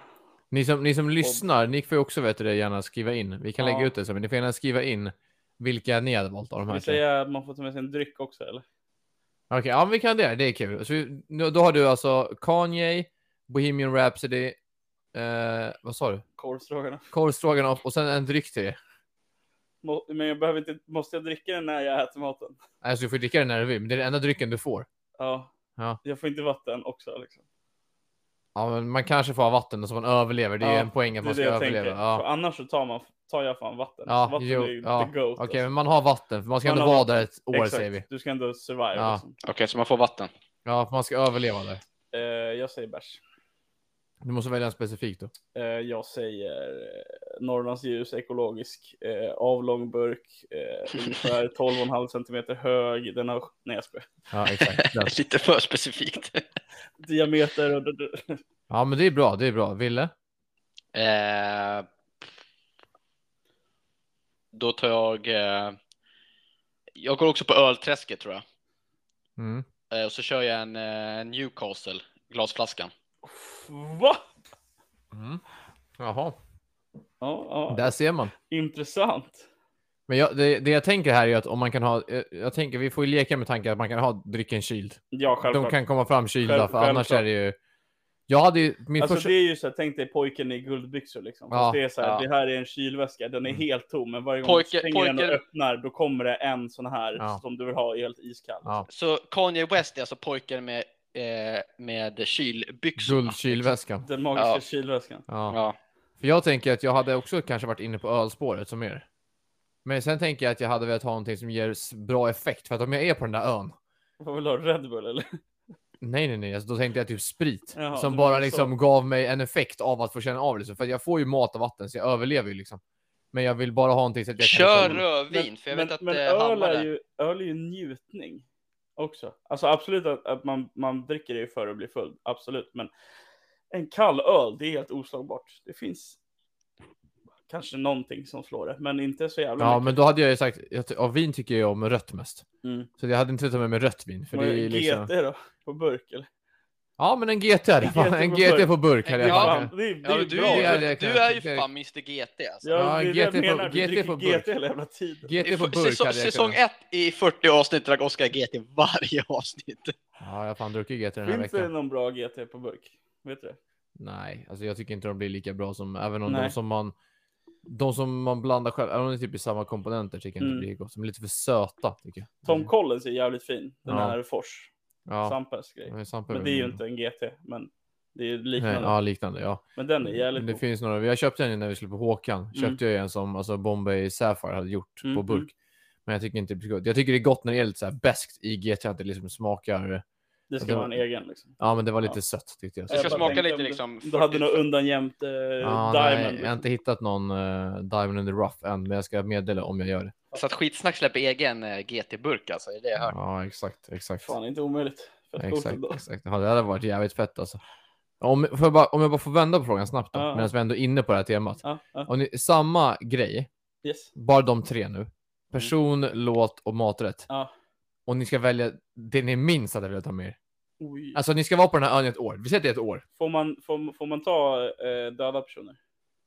Ni som, ni som lyssnar, ni får ju också veta det gärna skriva in. Vi kan
Ja.
lägga ut det så, men ni får gärna skriva in vilka ni hade valt av de
Ska
här.
vi
tre.
säga att man får ta med sig en dryck också eller?
Okej, ja, men vi kan det. Det är kul. Så vi, nu- då har du alltså Kanye, Bohemian Rhapsody, eh, vad sa du?
Korvstroganoff.
Korv Stroganoff och sen en dryck till det.
Må- Men jag behöver inte, måste jag dricka den när jag äter maten?
Alltså du får dricka den när du vill, men det är den enda drycken du får.
Ja.
Ja.
Jag får inte vatten också liksom.
Ja, men man kanske får ha vatten och så man överlever. Det är ju
Ja,
en poäng att
Det är
man
det
ska
jag
överleva.
tänker. För
Ja.
annars så tar, man, tar jag fan vatten. alltså.
Ja,
vatten
jo,
är ju
ja,
the goat.
Okej, men man har vatten. För man ska
alltså. Man
ändå
har
vara
vatten.
där ett år
Exakt.
säger vi.
Du ska ändå survive.
Ja.
Liksom.
Okej, så man får vatten.
Ja, för man ska överleva där.
Eh, jag säger bärs.
Du måste välja en specifik då.
Eh, jag säger eh, Norrlands ljus, ekologisk, eh, avlång burk, eh, ungefär 12,5 centimeter hög. Den har, nej jag skojar.
Ja, exakt. Den.
Lite för specifikt.
Diameter och...
Ja, men det är bra. Det är bra. Ville?
Eh, då tar jag... Eh, jag går också på ölträsket tror jag.
Mm.
Eh, och så kör jag en eh, Newcastle, glasflaskan.
Va?
Mm. Jaha,
Ja, ja.
där ser man.
Intressant.
Men jag, det, det jag tänker här är att om man kan ha, jag, jag tänker vi får ju leka med tanken att man kan ha drycken kyld.
Ja, självklart.
De kan komma fram kylda
Själv-
för annars
självklart.
är det ju. Jag hade ju min
Alltså
första.
det är ju så här, tänk dig pojken i guldbyxor liksom.
Ja,
Fast det är så här,
ja.
det här är en kylväska, den är
Mm.
helt tom, men varje gång
Pojke-
du stänger den
pojke-
och öppnar, då kommer det en sån här
Ja.
som du vill ha helt iskall.
Ja,
Så Kanye West är alltså pojken med, eh, med kylbyxorna.
guldkylväskan.
Den magiska
Ja.
kylväskan.
Ja.
Ja.
För jag tänker att jag hade också kanske varit inne på ölspåret som er. Men sen tänker jag att jag hade velat ha någonting som ger s- bra effekt. För att om jag är på den där ön.
Vad vill du ha? Red Bull eller?
Nej, nej, nej. Alltså, då tänkte jag typ sprit.
Jaha,
som
du
bara
menar
liksom gav mig en effekt av att få känna av. Liksom. För att jag får ju mat och vatten så jag överlever ju liksom. Men jag vill bara ha någonting så att jag
Kör
kan... liksom-
rödvin, för jag
men,
vet att
men
eh,
öl,
Hammar
är
är
ju, öl är ju njutning också. Alltså absolut att, att man, man dricker det ju för att bli full, absolut. Men en kall öl, det är helt oslagbart. Det finns kanske någonting som slår det, men inte så jävla
Ja,
mycket.
men då hade jag ju sagt att av vin tycker jag om rött mest.
Mm.
Så jag hade inte tagit med mig rött vin. För
Men
det är ju liksom...
GT då, på burk eller?
Ja, men en GT. hade-
En GT
en
på
GT
burk.
på burk hade jag
Ja.
ja.
Fan, det, är- det
Ja,
är
men
ju
du,
bra.
det
är
hade
ju,
jag
du
kanske
är ju
inte-
fan Mr GT alltså.
Ja,
Ja, det är det jag
GT på-
menar. Du
GT
dricker
på burk.
GT hela jävla tiden.
I
GT på
f-
burk
säsong,
hade jag
säsong
kunnat.
ett i 40 avsnitt drack Oskar GT varje avsnitt.
Ja, jag har fan druckit GT den här
Finns det
veckan.
någon bra GT på burk? Vet du det?
Nej, alltså jag tycker inte de blir lika bra som, även om de
Nej.
som man de som man blandar själv, även om det är typ i samma komponenter tycker jag inte
Mm.
det blir gott. De är lite för söta tycker jag.
Tom Collins är jävligt fin. Den
Ja.
här Fors,
ja.
Sampes grej.
men Sampe-
Men det är ju inte en GT, men det är ju
Nej,
liknande.
ja, liknande. Ja.
Men den är jävligt
Mm,
Mm.
Men det
god.
finns några. Jag köpte en när vi skulle på Håkan. Köpte jag en som alltså Bombay Sapphire hade gjort på
Mhm.
burk. Men jag tycker inte det blir så gott. Jag tycker det är gott när det är lite så här beskt i GT, att det liksom smakar.
Det
det
ska
var-
vara en egen liksom.
Ja, men det var lite
Ja.
sött tyckte jag.
Det
Jag
ska
bara
smaka
tänkte
lite
om du-
liksom.
Du hade
40
nog undanjämt eh,
Ja,
Diamond.
nej, jag har
liksom.
inte hittat någon eh, Diamond in the Rough än, men jag ska meddela om jag gör det.
Så att skitsnack släpper egen eh, GT-burk alltså, det är det jag hört.
Ja, exakt, exakt.
Fan, inte omöjligt. Fett coolt
exakt,
ändå.
exakt. Ja, det hade varit jävligt fett alltså. Om, får jag bara, om jag bara får vända på frågan snabbt då,
Ja.
medan vi ändå är inne på det här temat.
Ja, ja.
Om ni, samma grej,
Yes.
bara de tre nu.
Mm.
Person, låt och maträtt.
Ja.
Och ni ska välja det ni minst hade velat ha med er.
Oj.
Alltså ni ska vara på den här ön i ett år. Vi säger att det är ett år.
Får, man, får, får man ta eh, döda personer?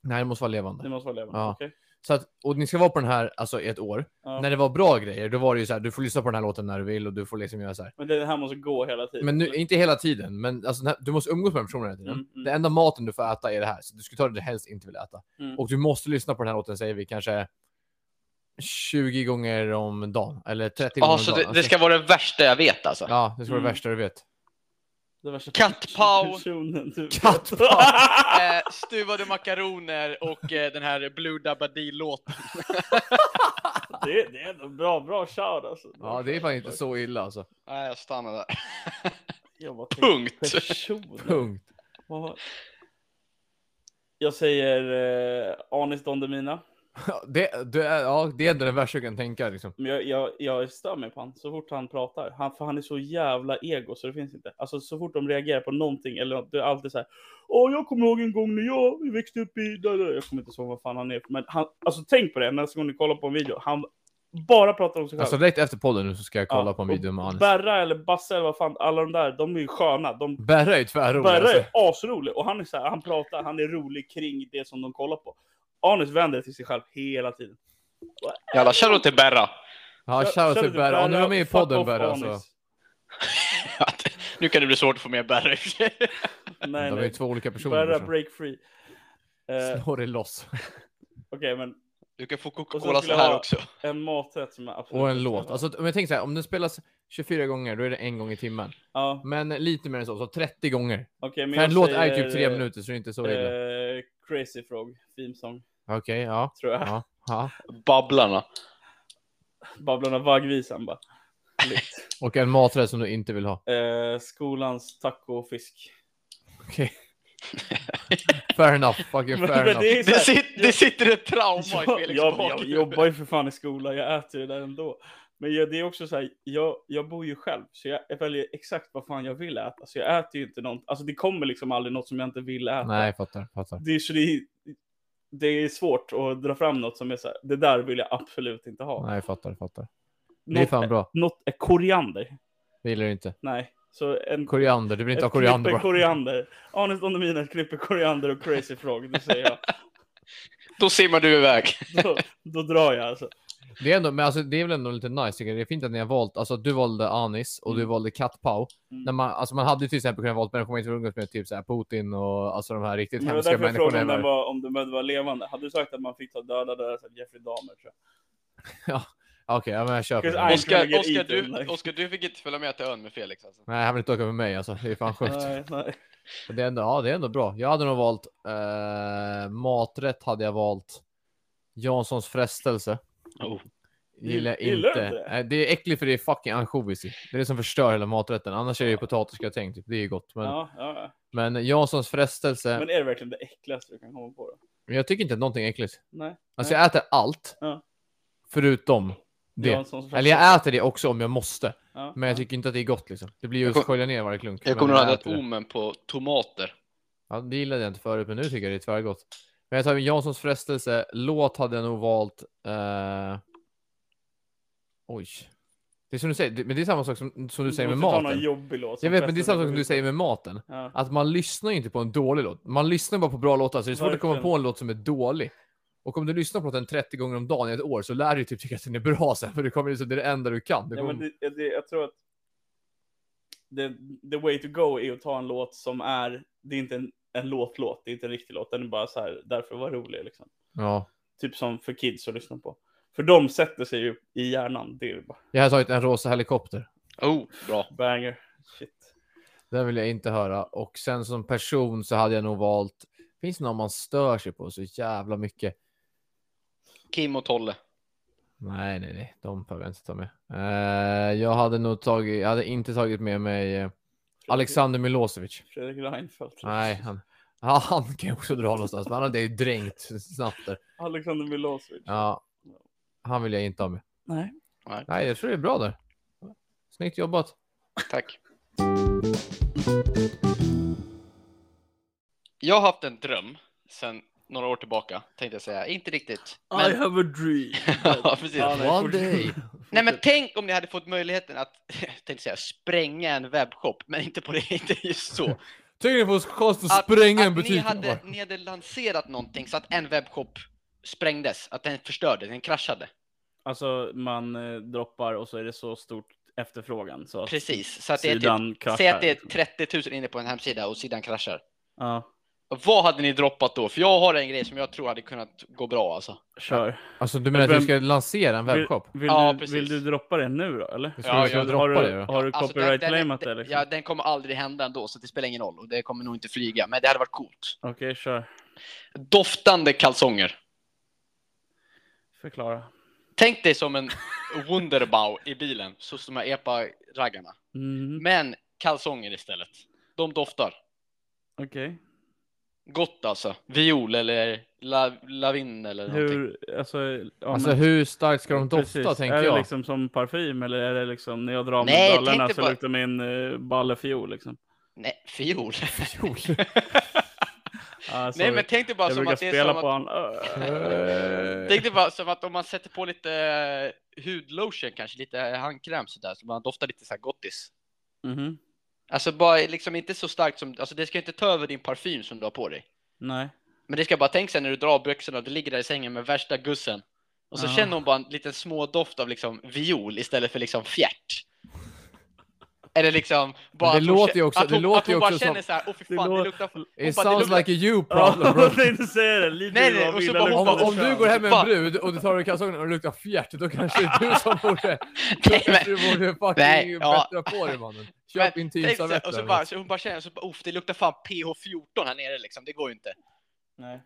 Nej, det måste vara
Det
levande.
måste vara levande.
Ja.
Okej.
Så att, och ni ska vara på den här alltså, i ett år.
Ja.
När det var bra grejer, då var det ju så här, du får lyssna på den här låten när du vill och du får liksom göra så här.
Men det här måste gå hela tiden.
Men nu,
eller?
inte hela tiden, men alltså, den här- du måste umgås med den personen hela tiden.
Mm, mm.
Det enda maten du får äta är det här, så du ska ta det du helst inte vill äta.
Mm.
Och du måste lyssna på den här låten, säger vi, kanske 20 gånger om dagen. Eller 30 gånger
Ja,
om
så
dagen.
det, det
Alltså,
ska vara det värsta jag vet alltså.
Ja, det ska vara det
Mm.
värsta du vet.
Det värsta
Kattpaow.
personen du vet.
Kattpaow.
Eh, stuvade makaroner och eh, den här Blue Dabadi-låten.
det, det är ändå bra, bra shout alltså.
Ja, det är fan inte så illa alltså.
Nej, jag stannar där.
Jag bara tänkte,
Punkt.
personen.
Punkt.
Vad- Jag säger eh, Anis Don Demina.
Ja, Det, det, är- ja, det är ändå den värsta du kan tänka liksom.
Men jag, jag, jag stör mig på han så fort han pratar. Han, för han är så jävla ego så det finns inte. Alltså så fort de reagerar på någonting eller något, det är alltid så här. Åh, jag kommer ihåg en gång när jag växte upp i... där, där." Jag kommer inte ihåg vad fan han är. Men han, alltså tänk på det nästa gång ni kollar på en video. Han bara pratar om sig själv.
Alltså direkt efter podden nu så ska jag kolla
Ja,
på en
och
video med Anis.
Berra eller Basse eller vad fan, alla de där, de är ju sköna. De
Berra är ju tvärrolig
Berra
alltså.
är asrolig och han är så här, han pratar, han är rolig kring det som de kollar på. Anis vänder till sig själv hela tiden.
Jävla shoutout till Berra.
Ja,
Kör-
shoutout
kör
till
du
Berra. Om du var med i
typ fuck
podden
off,
Berra
Anis.
alltså.
nu kan det bli svårt att få med Berra i och för sig.
De
Nej,
är ju
nej.
två olika personer. alltså.
Berra
brorsan.
break free. Eh, Okej,
Slå dig loss.
men
Du kan få
Och sen
Coca-Cola
skulle
så
jag
här
ha-
också.
en maträtt som är absolut...
Och en låt. Alltså om jag tänker så här, om den spelas 24 gånger, då är det en gång i timmen.
ja,
Men lite mer än så, så 30 gånger.
okej, men
För en
jag
låt är ju typ
säger,
tre minuter, så det är inte så illa.
Eh, Crazy Frog, theme song,
Okej, ja.
tror jag.
ja. ja.
Babblarna.
Babblarna vaggvisan bara. Likt.
Och en maträtt som du inte vill ha.
Eh, skolans tacofisk.
Okej. fair enough. Fucking
Men-
fair
men
enough.
är så
Det,
här-
sit, det sitter ett trauma i
jag,
Felix
jag, jag
bakhuvud.
jobbar ju för fan i skolan, jag äter ju det där ändå. Men jag, det är också så här, jag, jag bor ju själv, så jag, jag väljer exakt vad fan jag vill äta. Så jag äter ju inte något, alltså det kommer liksom aldrig något som jag inte vill äta.
Nej, fattar. fattar.
Det, är- så det, är- det är svårt att dra fram något som är så här, det där vill jag absolut inte ha.
Nej, fattar. fattar. Det är
Något,
fan bra.
något är koriander,
Det gillar du inte.
nej. Så en,
Koriander. Du vill inte ha
ett
koriander
knippe
bara.
koriander. Anis Don Demina klipper koriander och crazy frog, det säger jag.
Då simmar du iväg.
Då, då drar jag alltså.
Det är, ändå, men alltså, det är väl ändå lite nice tycker jag. Det är fint att ni har valt, alltså att du valde Anis och du
Mm.
valde Kattpau.
Mm.
När man, alltså, man hade ju till exempel kunnat valt människor man inte vill umgås med, typ så här Putin och alltså de här riktigt
Men det var
hemska
därför jag
människorna.
frågade
i
om den
världen.
var, om den behövde vara levande. Hade du sagt att man fick ta döda där så här, Jeffrey Dahmer tror jag.
Okej, ja, men jag köper
Because
det.
I-
Oskar,
Ligger i
Oskar,
den,
du,
liksom.
Oskar, du fick inte följa med till ön med Felix alltså.
Nej, han vill inte åka med mig alltså. Det är fan sjukt.
Nej, nej.
Men Det är ändå, ja, det är ändå bra. Jag hade nog valt eh, maträtt hade jag valt. Janssons frestelse.
Oh.
Gillar
Gill- gillar
inte.
du inte
Det?
det?
Nej, det är äckligt för det är fucking ansjovis i. Det är det som förstör hela maträtten. Annars är det ju potatisgratäng typ. Det är ju gott. Men,
Ja, ja, ja.
men Janssons frestelse.
Men är det verkligen det äckligaste du kan komma på? Då?
Men jag tycker inte att någonting är äckligt.
Nej.
Alltså jag äter allt.
Ja.
Förutom det.
var en sån som-
Eller jag äter det också om jag måste.
Ja,
Men jag
ja.
tycker inte att det är gott liksom. Det blir ju
Jag
att
kom-
skölja ner varje klunk.
Jag
men
kommer nog hade ett
äter det.
omen på tomater.
Ja, det gillade jag inte förut, men nu tycker jag det är tvärgott. Men jag tar med Janssons frestelse. Låt hade jag nog valt. Eh... Oj. Det är som du säger, det- men det är samma sak som, som du säger med
måste ta någon
maten.
jobbig låt som
Jag vet, men det är
festen
samma sak som du
ut.
säger med maten.
Ja.
Att man lyssnar ju inte på en dålig låt. Man lyssnar bara på bra låtar, så det är svårt att komma
Verkligen.
på en låt som är dålig. Och om du lyssnar på låten 30 gånger om dagen i ett år så lär du ju typ tycka att den är bra sen, för det kommer ju så det är det enda du kan. Du
Ja,
kommer...
men det, det, jag tror att the, the way to go är att ta en låt som är, det är inte en, en låt-låt, det är inte en riktig låt, den är bara så här, därför var rolig liksom.
ja.
Typ som för kids att lyssna på. För de sätter sig ju i hjärnan, det är ju bara
Jag har tagit en rosa helikopter.
Oh, bra.
banger. Shit.
Den vill jag inte höra. Och sen som person så hade jag nog valt. Finns det någon man stör sig på så jävla mycket?
Kim och Tolle.
Nej, nej, nej, de behöver jag inte ta med. Eh, jag hade nog tagit. Jag hade inte tagit med mig eh, Alexander Milosevic.
Fredrik Reinfeldt.
Nej, han, ja, han kan jag också dra någonstans, men han hade ju dränkt snabbt där.
Alexander Milosevic.
Ja, han vill jag inte ha med.
Nej.
Nej, jag tror det är bra där. Snyggt jobbat.
Tack. Jag har haft en dröm sedan några år tillbaka, tänkte jag säga. Inte riktigt.
I
Men...
have a dream.
ja, precis.
Ja, nej,
One
fortsätt.
day.
Nej, men tänk om ni hade fått möjligheten att, jag tänkte säga, spränga en webbshop, men inte på det, inte just så.
Tänk dig på konst att spränga en
att ni
butik.
hade, ni hade lanserat någonting så att en webbshop sprängdes, att den förstördes, den kraschade.
Alltså man eh, droppar och så är det så stort efterfrågan så att
Precis. Så att det är typ,
sidan
säg att det är
kraschar. liksom.
30 000 inne på en hemsida och sidan kraschar.
Ja,
Och Vad hade ni droppat då? För jag har en grej som jag tror hade kunnat gå bra alltså.
kör.
Alltså, du menar att vi ska lansera en webbshop?
Vill, vill,
Ja,
du,
precis.
vill du droppa det nu då eller?
Ska vi- ska vi
jag-
droppa
har
det
du,
då?
har du
Alltså, den-
copyright-claimat
den,
det
den,
liksom?
ja, den kommer aldrig hända ändå, så det spelar ingen roll. Och det kommer nog inte flyga, men det hade varit coolt.
Okej, kör.
Doftande kalsonger.
Förklara.
Tänk dig som en Wunderbau i bilen, så som de här epa-raggarna.
Mm,
Men kalsonger istället. De doftar.
Okej.
Gott alltså. Viol eller la, lavin eller någonting.
Hur, alltså... ja,
Alltså
men-
hur starkt ska de dofta
Precis.
tänker
är
jag.
det liksom som parfym eller är det liksom när jag drar
Nej,
med
tänk
brallorna
dig
så
bara-
luktar min uh, ballefiol liksom?
Nej, fiol.
Fiol.
Ah,
Nej
sorry.
men tänk dig bara
jag
som
brukar
att det är
spela
som
på
att,
han.
Eh,
tänk dig bara som att om man sätter på lite eh, hudlotion kanske, lite eh, handkräm sådär, så man doftar lite så här gottis.
Mhm.
Alltså bara liksom inte så starkt som, alltså det ska inte ta över din parfym som du har på dig.
Nej.
Men det ska bara tänk sen när du drar av byxorna och du ligger där i sängen med värsta gussen. Och så
Ja.
känner hon bara en liten smådoft av liksom viol istället för liksom fjärt. Eller liksom bara
det
att hon
låter
kä-
ju också-
att hon,
det låter
att hon
ju
bara
också
känner
som-
så här, åh fy
Det
fan, det
lå-
luktar... hon
It
bara, det
sounds
luktar-
like a you
Ja,
problem bro.
jag tänkte säga det. Lite
Nej,
hur
nej,
man
och så
vill,
bara
eller
Om,
hoppa-
lite
om
skön.
du går hem med en
Fan.
brud och du tar av dig kalsongerna och det luktar fjärt, då kanske det är du som borde,
Nej, men-
du borde fucking
Nej, ja.
bättra på dig mannen.
Men
Köp
tänk så här, Och så
intimservetter.
bara,
Bara...
så hon bara känner, så bara, "Uff, det luktar fan PH14 här nere liksom, det går ju inte.
Nej.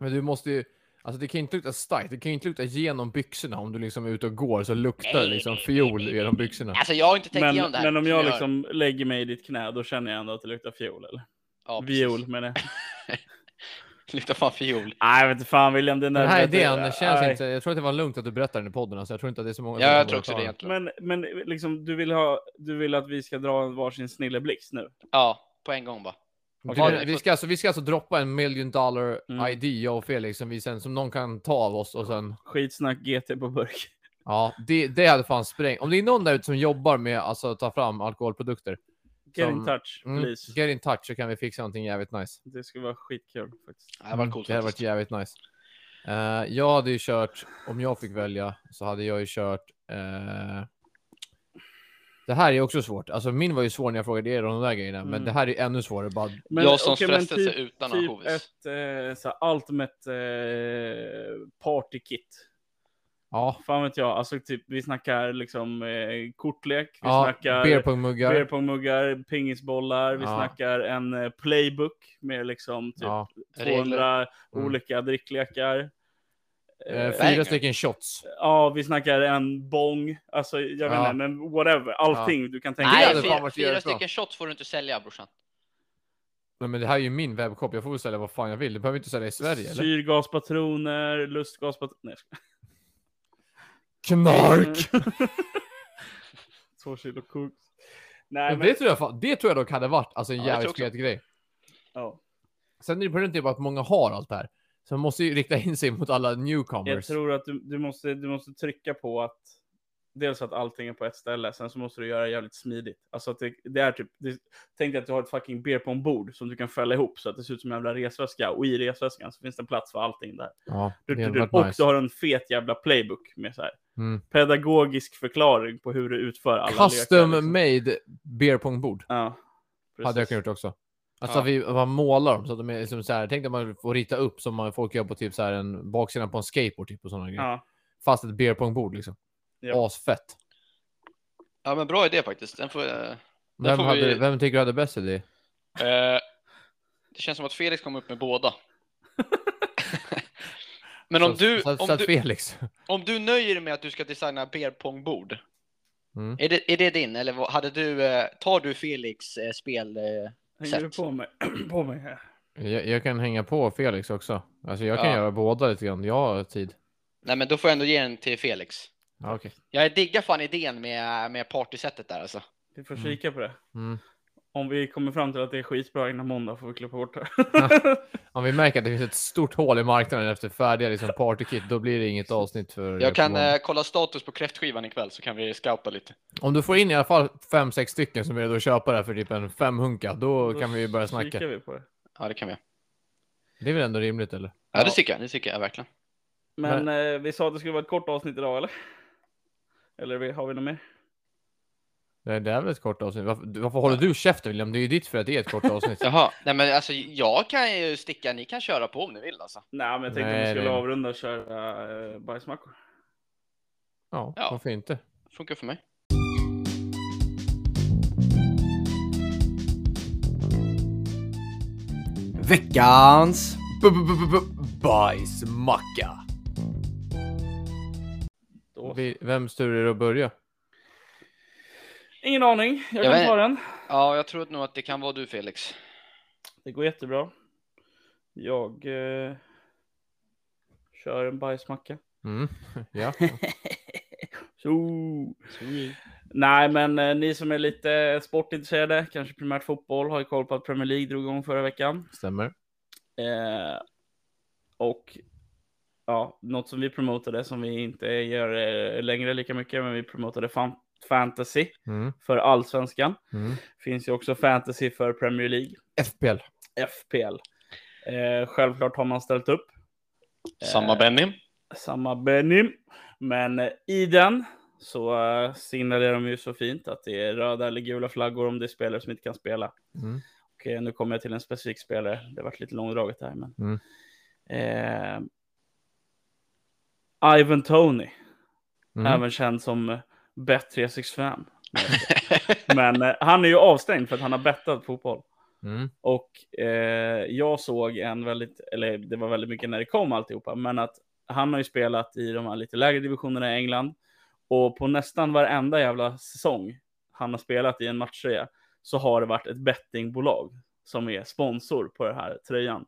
Men du måste ju, alltså det kan ju inte lukta starkt, det kan ju inte lukta genom byxorna om du liksom är ute och går så luktar det
Nej,
liksom
nej,
fiol
nej, nej,
genom byxorna.
Alltså jag har inte tänkt
Men,
igenom det här.
men om
som
jag
gör.
liksom lägger mig i ditt knä, då känner jag ändå att det luktar fiol eller?
Ja, precis.
Viol menar jag.
Luktar fan fiol.
Nej, jag vet inte fan William. Den, där,
Den här
vet du-
idén det känns
nej.
inte, jag tror att det var lugnt att du berättade den i podden, alltså jag tror inte att det är så många
Ja,
som
jag
kommer
tror
att
också
ta
det
den.
egentligen.
Men, men liksom, du, vill ha, du vill att vi ska dra en varsin snilleblixt nu?
Ja, på en gång bara.
Du,
Okej.
vi, ska alltså, vi ska alltså droppa en million dollar
Mm.
ID, jag och Felix, som, vi sen, som någon kan ta av oss och sen...
Skitsnack GT på burk.
Ja, det, det hade fan sprängt. Om det är någon där ute som jobbar med alltså, att ta fram alkoholprodukter,
Get
Som-
in touch,
mm,
please.
get in touch så kan vi fixa någonting jävligt nice.
Det skulle vara skitkul faktiskt.
Mm, Det var coolt
det hade varit
faktiskt.
jävligt nice. Eh, jag hade ju kört, om jag fick välja, så hade jag ju kört... eh, det här är också svårt. Alltså min var ju svår när jag frågade er om de där grejerna, men
Mm.
det här är ännu svårare. Bara,
Men,
jag som
okej, men
stressade sig utan
Typ
ansjovis.
ett eh, så här, ultimate eh, partykit.
ja,
Fan vet jag, alltså typ vi snackar liksom eh, kortlek, vi
ja
snackar
beer pong-muggar.
beer pong-muggar, pingisbollar, vi
Ja.
snackar en eh, playbook med liksom typ
ja.
200
Mm.
olika dricklekar.
Eh,
Eh,
banger.
fyra stycken shots.
ja, vi snackar en bong, alltså jag vet
Ja.
inte, men whatever, allting du kan tänka
Det
Nej,
hade
fyra,
fan varit
fyra
jävligt bra.
stycken shots får du inte sälja brorsan.
Nej, men det här är ju min webbshop. Jag får väl sälja vad fan jag vill. Det behöver inte sälja i Sverige eller?
Syrgaspatroner, lustgaspatroner. Nej, jag skojar.
Knark!
Mm, Två kilo koks. Nej,
Men
men,
det, tror jag, fan- det tror jag dock hade varit alltså, en
Ja, det
jävligt
tror jag
fet grej.
ja,
Sen är det problemet är bara typ att många har allt det här. Så man måste ju rikta in sig mot alla
jag
newcomers.
tror att du, du, måste, du måste trycka på att dels att allting är på ett ställe, sen så måste du göra det jävligt smidigt. Alltså att det, det är typ, det, tänk dig att du har ett fucking beer på en bord som du kan fälla ihop så att det ser ut som en jävla resväska och i resväskan så finns det plats för allting där.
Ja,
Du,
det
du,
hade
du.
varit
Och
nice.
du har en fet jävla playbook med så här
Mm.
pedagogisk förklaring på hur du utför alla
Custom
lekar. liksom.
made beer pong bord
Ja,
hade jag
precis.
kunnat gjort också. Alltså
Ja.
vi, man målar dem så att de är liksom så här. Tänk dig man får rita upp som man, folk gör på typ så här en baksidan på en skateboard typ och sådana grejer.
Ja,
Fast ett beer pong bord liksom.
Ja.
Asfett.
Ja, men bra idé faktiskt. Den får, eh, Där
Vem,
får
hade,
vi-
vem tycker du hade bäst idé?
eh, det känns som att Felix kom upp med båda. men om
Så-
du,
så- så
om,
att
du,
Felix.
om du nöjer dig med att du ska designa beer pong-bord,
Mm.
är, det, är det din? Eller vad- hade du, eh, tar du Felix eh, spel? Eh,
hänger du
Sätt.
på mig? på mig här.
Jag, jag kan hänga på Felix också. Alltså jag kan
Ja.
göra båda lite grann. Jag har tid.
nej, men då får jag ändå ge den till Felix.
Ja, okej.
Jag diggar fan idén med, med partysättet där alltså.
Vi får
Mm.
kika på det.
Mm.
Om vi kommer fram till att det är skitbra innan måndag får vi klippa bort det.
Om vi märker att det finns ett stort hål i marknaden efter färdiga liksom, partykit, då blir det inget avsnitt för...
Jag kan
eh,
eh, kolla status på kräftskivan ikväll så kan vi scouta lite.
Om du får in i alla fall fem sex stycken som är redo att köpa det här för typ en femhunka, då, kan vi ju börja snacka.
kikar vi på det.
Ja, det kan vi göra.
Det är väl ändå rimligt eller?
Ja,
Ja.
det tycker jag. Det tycker jag verkligen.
Men eh, vi sa att det skulle vara ett kort avsnitt idag eller? Eller vi- har vi något mer?
Det det är väl ett kort avsnitt? Varför, varför håller du käften William? Det är ju ditt för att det är ett kort avsnitt.
Jaha, nej men alltså jag kan ju sticka. Ni kan köra på om ni vill alltså.
Nej, men jag tänkte
Nej,
att vi skulle
det-
avrunda och köra eh, bajsmackor.
Ja,
Ja.
varför inte?
Funkar för mig.
Veckans bajsmacka.
Då.
Vi- Vems tur är det att börja?
Ingen aning. Jag,
Jag
kan
vet-
ta den.
Ja, jag tror nog att det kan vara du Felix.
Det går jättebra. Jag eh, kör en bajsmacka.
Mm. Ja.
Så. Nej, men eh, ni som är lite sportintresserade, kanske primärt fotboll, har ju koll på att Premier League drog igång förra veckan.
Stämmer.
Eh, och ja, något som vi promotade som vi inte gör eh, längre lika mycket, men vi promotade fan fantasy
Mm.
för allsvenskan.
Mm.
Finns ju också fantasy för Premier League,
FPL.
FPL. Eh, självklart har man ställt upp.
Samma Benny.
samma Benny. Men eh, i den så eh, signalerar de ju så fint att det är röda eller gula flaggor om det är spelare som inte kan spela.
Mm.
Och eh, nu kommer jag till en specifik spelare. Det vart lite långdraget här, men.
Mm.
Eh, Ivan Tony,
Mm.
även känd som eh, Bet365. Men eh, han är ju avstängd för att han har bettat fotboll.
Mm.
Och eh, jag såg en väldigt, eller det var väldigt mycket när det kom alltihopa, men att han har ju spelat i de här lite lägre divisionerna i England. Och på nästan varenda jävla säsong han har spelat i en matchtröja så har det varit ett bettingbolag som är sponsor på den här tröjan.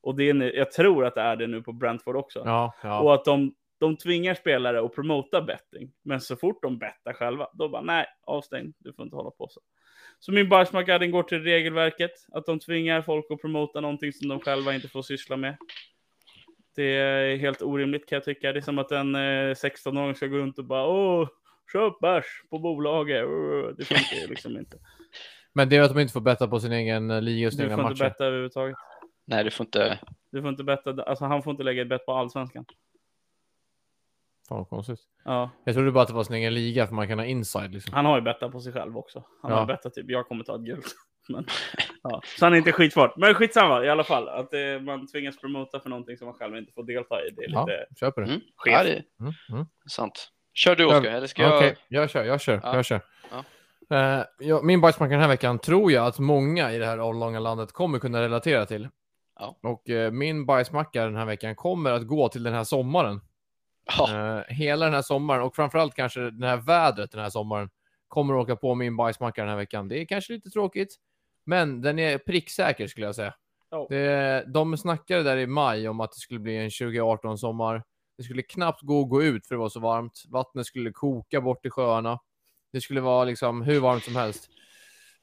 Och det är nu, jag tror att det är det nu på Brentford också.
Ja, ja.
Och att de, de tvingar spelare att promota betting. Men så fort de bettar själva, då bara nej, avstängd, du får inte hålla på så. Så min bajsmacka, den går till regelverket. Att de tvingar folk att promota någonting som de själva inte får syssla med. Det är helt orimligt kan jag tycka. Det är som att en eh, 16-åring ska gå runt och bara åh, köp bärs på bolaget. Åh, Det funkar ju liksom inte.
Men det är att de inte får betta på sin egen eh, liga och
Du
sina egna
får inte
matcher.
betta överhuvudtaget.
Nej, du får inte.
Du får inte betta, alltså han får inte lägga ett bett på allsvenskan.
Fan vad konstigt.
Ja,
Jag trodde bara att det var sin egen liga för man kan ha inside liksom.
han har ju bettat på sig själv också. Han
Ja.
har bettat typ, jag kommer ta ett gult. Men, ja. Så han är inte skitsmart. Men skitsamma i alla fall. Att eh, man tvingas promota för någonting som man själv inte får delta i. Det är
Ja,
lite
köper det.
Mm.
skevt.
Ja, det är
Mm. Mm.
sant. Kör du
Kör.
Oskar, eller ska
Okej,
jag?
jag kör, jag kör,
Ja.
jag kör.
Ja.
Eh, ja, min bajsmacka den här veckan tror jag att många i det här avlånga landet kommer kunna relatera till.
Ja.
Och eh, min bajsmacka den här veckan kommer att gå till den här sommaren.
Ja.
Eh, hela den här sommaren och framförallt kanske det här vädret den här sommaren kommer att åka på min bajsmacka den här veckan. Det är kanske lite tråkigt, men den är pricksäker skulle jag säga.
Ja.
Det, de snackade där i maj om att det skulle bli en 2018 sommar. Det skulle knappt gå att gå ut för det var så varmt. Vattnet skulle koka bort i sjöarna. Det skulle vara liksom hur varmt som helst.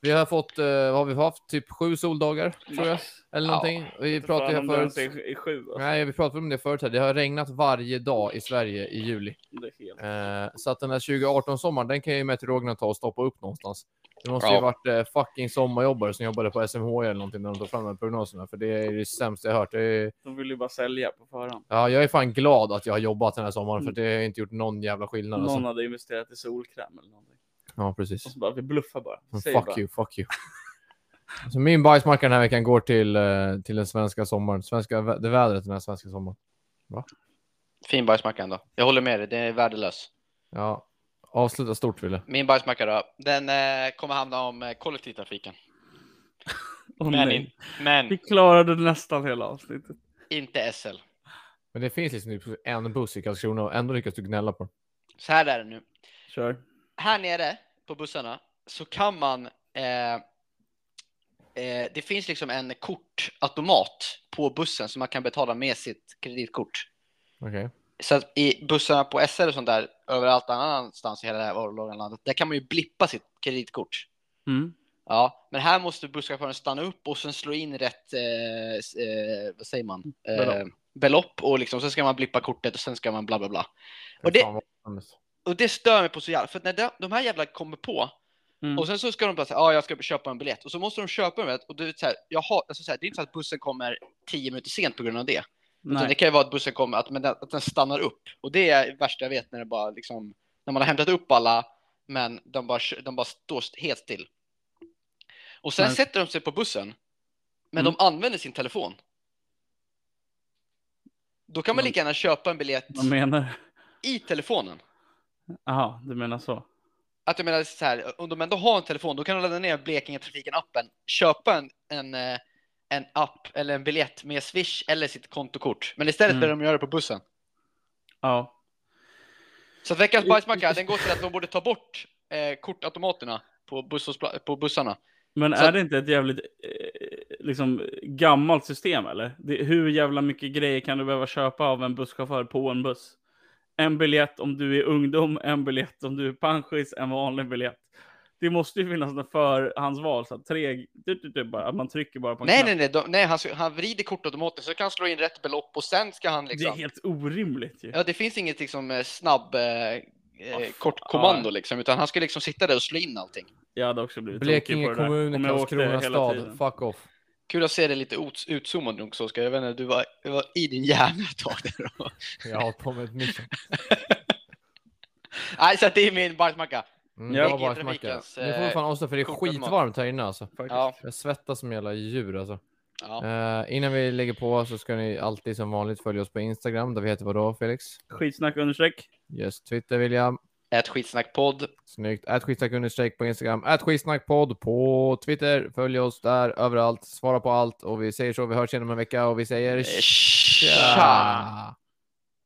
Vi har fått, eh, vad har vi haft? Typ sju soldagar tror jag. Eller
Ja.
någonting. Vi
Fan,
pratade
om
ju
det ens
förut.
Alltså, är i sju. Alltså.
Nej, vi pratade om det förut här. Det har regnat varje dag i Sverige i juli.
Det är helt...
Eh, så att den här 2018-sommaren, den kan ju meteorologerna ta och stoppa upp någonstans. Det måste ju
Ja.
varit eh, fucking sommarjobbare som jobbade på SMH eller någonting när de tog fram de här prognoserna, för det är det sämsta jag hört. Det är,
De vill ju bara sälja på förhand.
ja, jag är fan glad att jag har jobbat den här sommaren, för det har inte gjort någon jävla skillnad.
Mm. Någon
Alltså.
hade investerat i solkräm eller någonting.
Ja, precis.
Och så bara, vi bluffar bara.
Men
Säg
fuck
bara.
you, fuck you. Så min bajsmacka den här veckan går till, eh, till den svenska sommaren, svenska, vä- det vädret den här svenska sommaren.
Fin bajsmacka ändå. Jag håller med dig, det är värdelös.
Ja, avsluta stort Wille.
Min bajsmacka då, den eh, kommer hamna om eh, kollektivtrafiken.
Åh,
Men,
nej.
in, men
Vi klarade nästan hela avsnittet.
inte SL.
Men det finns liksom typ en buss i Karlskrona och ändå lyckas du gnälla på den.
Så här är det nu.
Kör.
här nere på bussarna så kan man eh, eh, det finns liksom en kortautomat på bussen som man kan betala med sitt kreditkort.
Okej.
Så att i bussarna på SL och sånt där, överallt annanstans i hela det här avlånga landet, där kan man ju blippa sitt kreditkort.
Mm.
Ja, men här måste busschauffören stanna upp och sen slå in rätt, eh, s- eh, vad säger man? Eh,
Belopp.
belopp och liksom, sen ska man blippa kortet och sen ska man bla bla bla. Och det-
Fan, vad hemskt.
Och det stör mig på så jävla, för att när de, de här jävla kommer på,
Mm.
och sen så ska de bara säga, ja jag ska köpa en biljett. Och så måste de köpa en biljett. Och du vet så här, jaha, alltså så här, det är inte så att bussen kommer 10 minuter sent på grund av det. Utan det
Nej.
kan ju vara att bussen kommer, att, men den, att den stannar upp. Och det är det värsta jag vet när det bara liksom, när man har hämtat upp alla, men de bara, kö- de bara står helt still. Och sen
Men-
sätter de sig på bussen, men
Mm.
de använder sin telefon. Då kan man
Men-
lika gärna köpa en biljett
Vad menar
i telefonen.
Jaha, du menar så.
Att jag menar så här, om de ändå har en telefon, då kan de ladda ner Blekinge Trafiken-appen, köpa en, en, eh, en app eller en biljett med Swish eller sitt kontokort. Men istället
Mm.
börjar de göra det på bussen.
Ja.
Så att veckans bajsmacka, den går till att de borde ta bort eh, kortautomaterna på, busshållpla- på bussarna.
Men
Så
är
att-
det inte ett jävligt eh, liksom, gammalt system eller? Det, hur jävla mycket grejer kan du behöva köpa av en busschaufför på en buss? En biljett om du är ungdom, en biljett om du är panschis, en vanlig biljett. Det måste ju finnas något förhandsval, så att, tre, du, du, du, bara, att man trycker bara på en
Nej,
knapp.
nej, nej, de, nej han, ska- han vrider kortautomaten, så kan han slå in rätt belopp och sen ska han
Det är
liksom...
helt orimligt ju.
Ja, det finns inget liksom eh, snabb... Eh,
fan.
eh, kort kommando liksom, utan han ska liksom sitta där och slå in allting.
Jag hade också blivit tokig
Blekinge
på det där.
kommun,
Om jag åkte
Karlskrona
hela tiden.
stad, fuck off.
Kul att se det lite ut, utzoomad också, Oskar. Jag vet inte, du var, du var i din hjärna ett tag där. och-
Jag har på mig ett mission.
Nej, så att det är min bajsmacka.
Mm,
Ja.
jag har bara
Blekinge
smacka.
Trafikens,
Nu får vi
eh,
fan avstå för det är
kortautomat.
skitvarmt här inne alltså.
Faktiskt.
Ja.
Jag svettas som jävla djur alltså.
Ja.
Eh, innan vi lägger på så ska ni alltid som vanligt följa oss på Instagram där vi heter vadå Felix?
Skitsnack understreck.
Yes, Twitter William.
Ett skitsnackpodd.
Snyggt. Ät skitsnack understreck på Instagram. Ät skitsnackpodd på Twitter. Följ oss där
Eh,
överallt. Svara på allt och vi säger så. Vi hörs igen om en vecka och vi säger
Tja!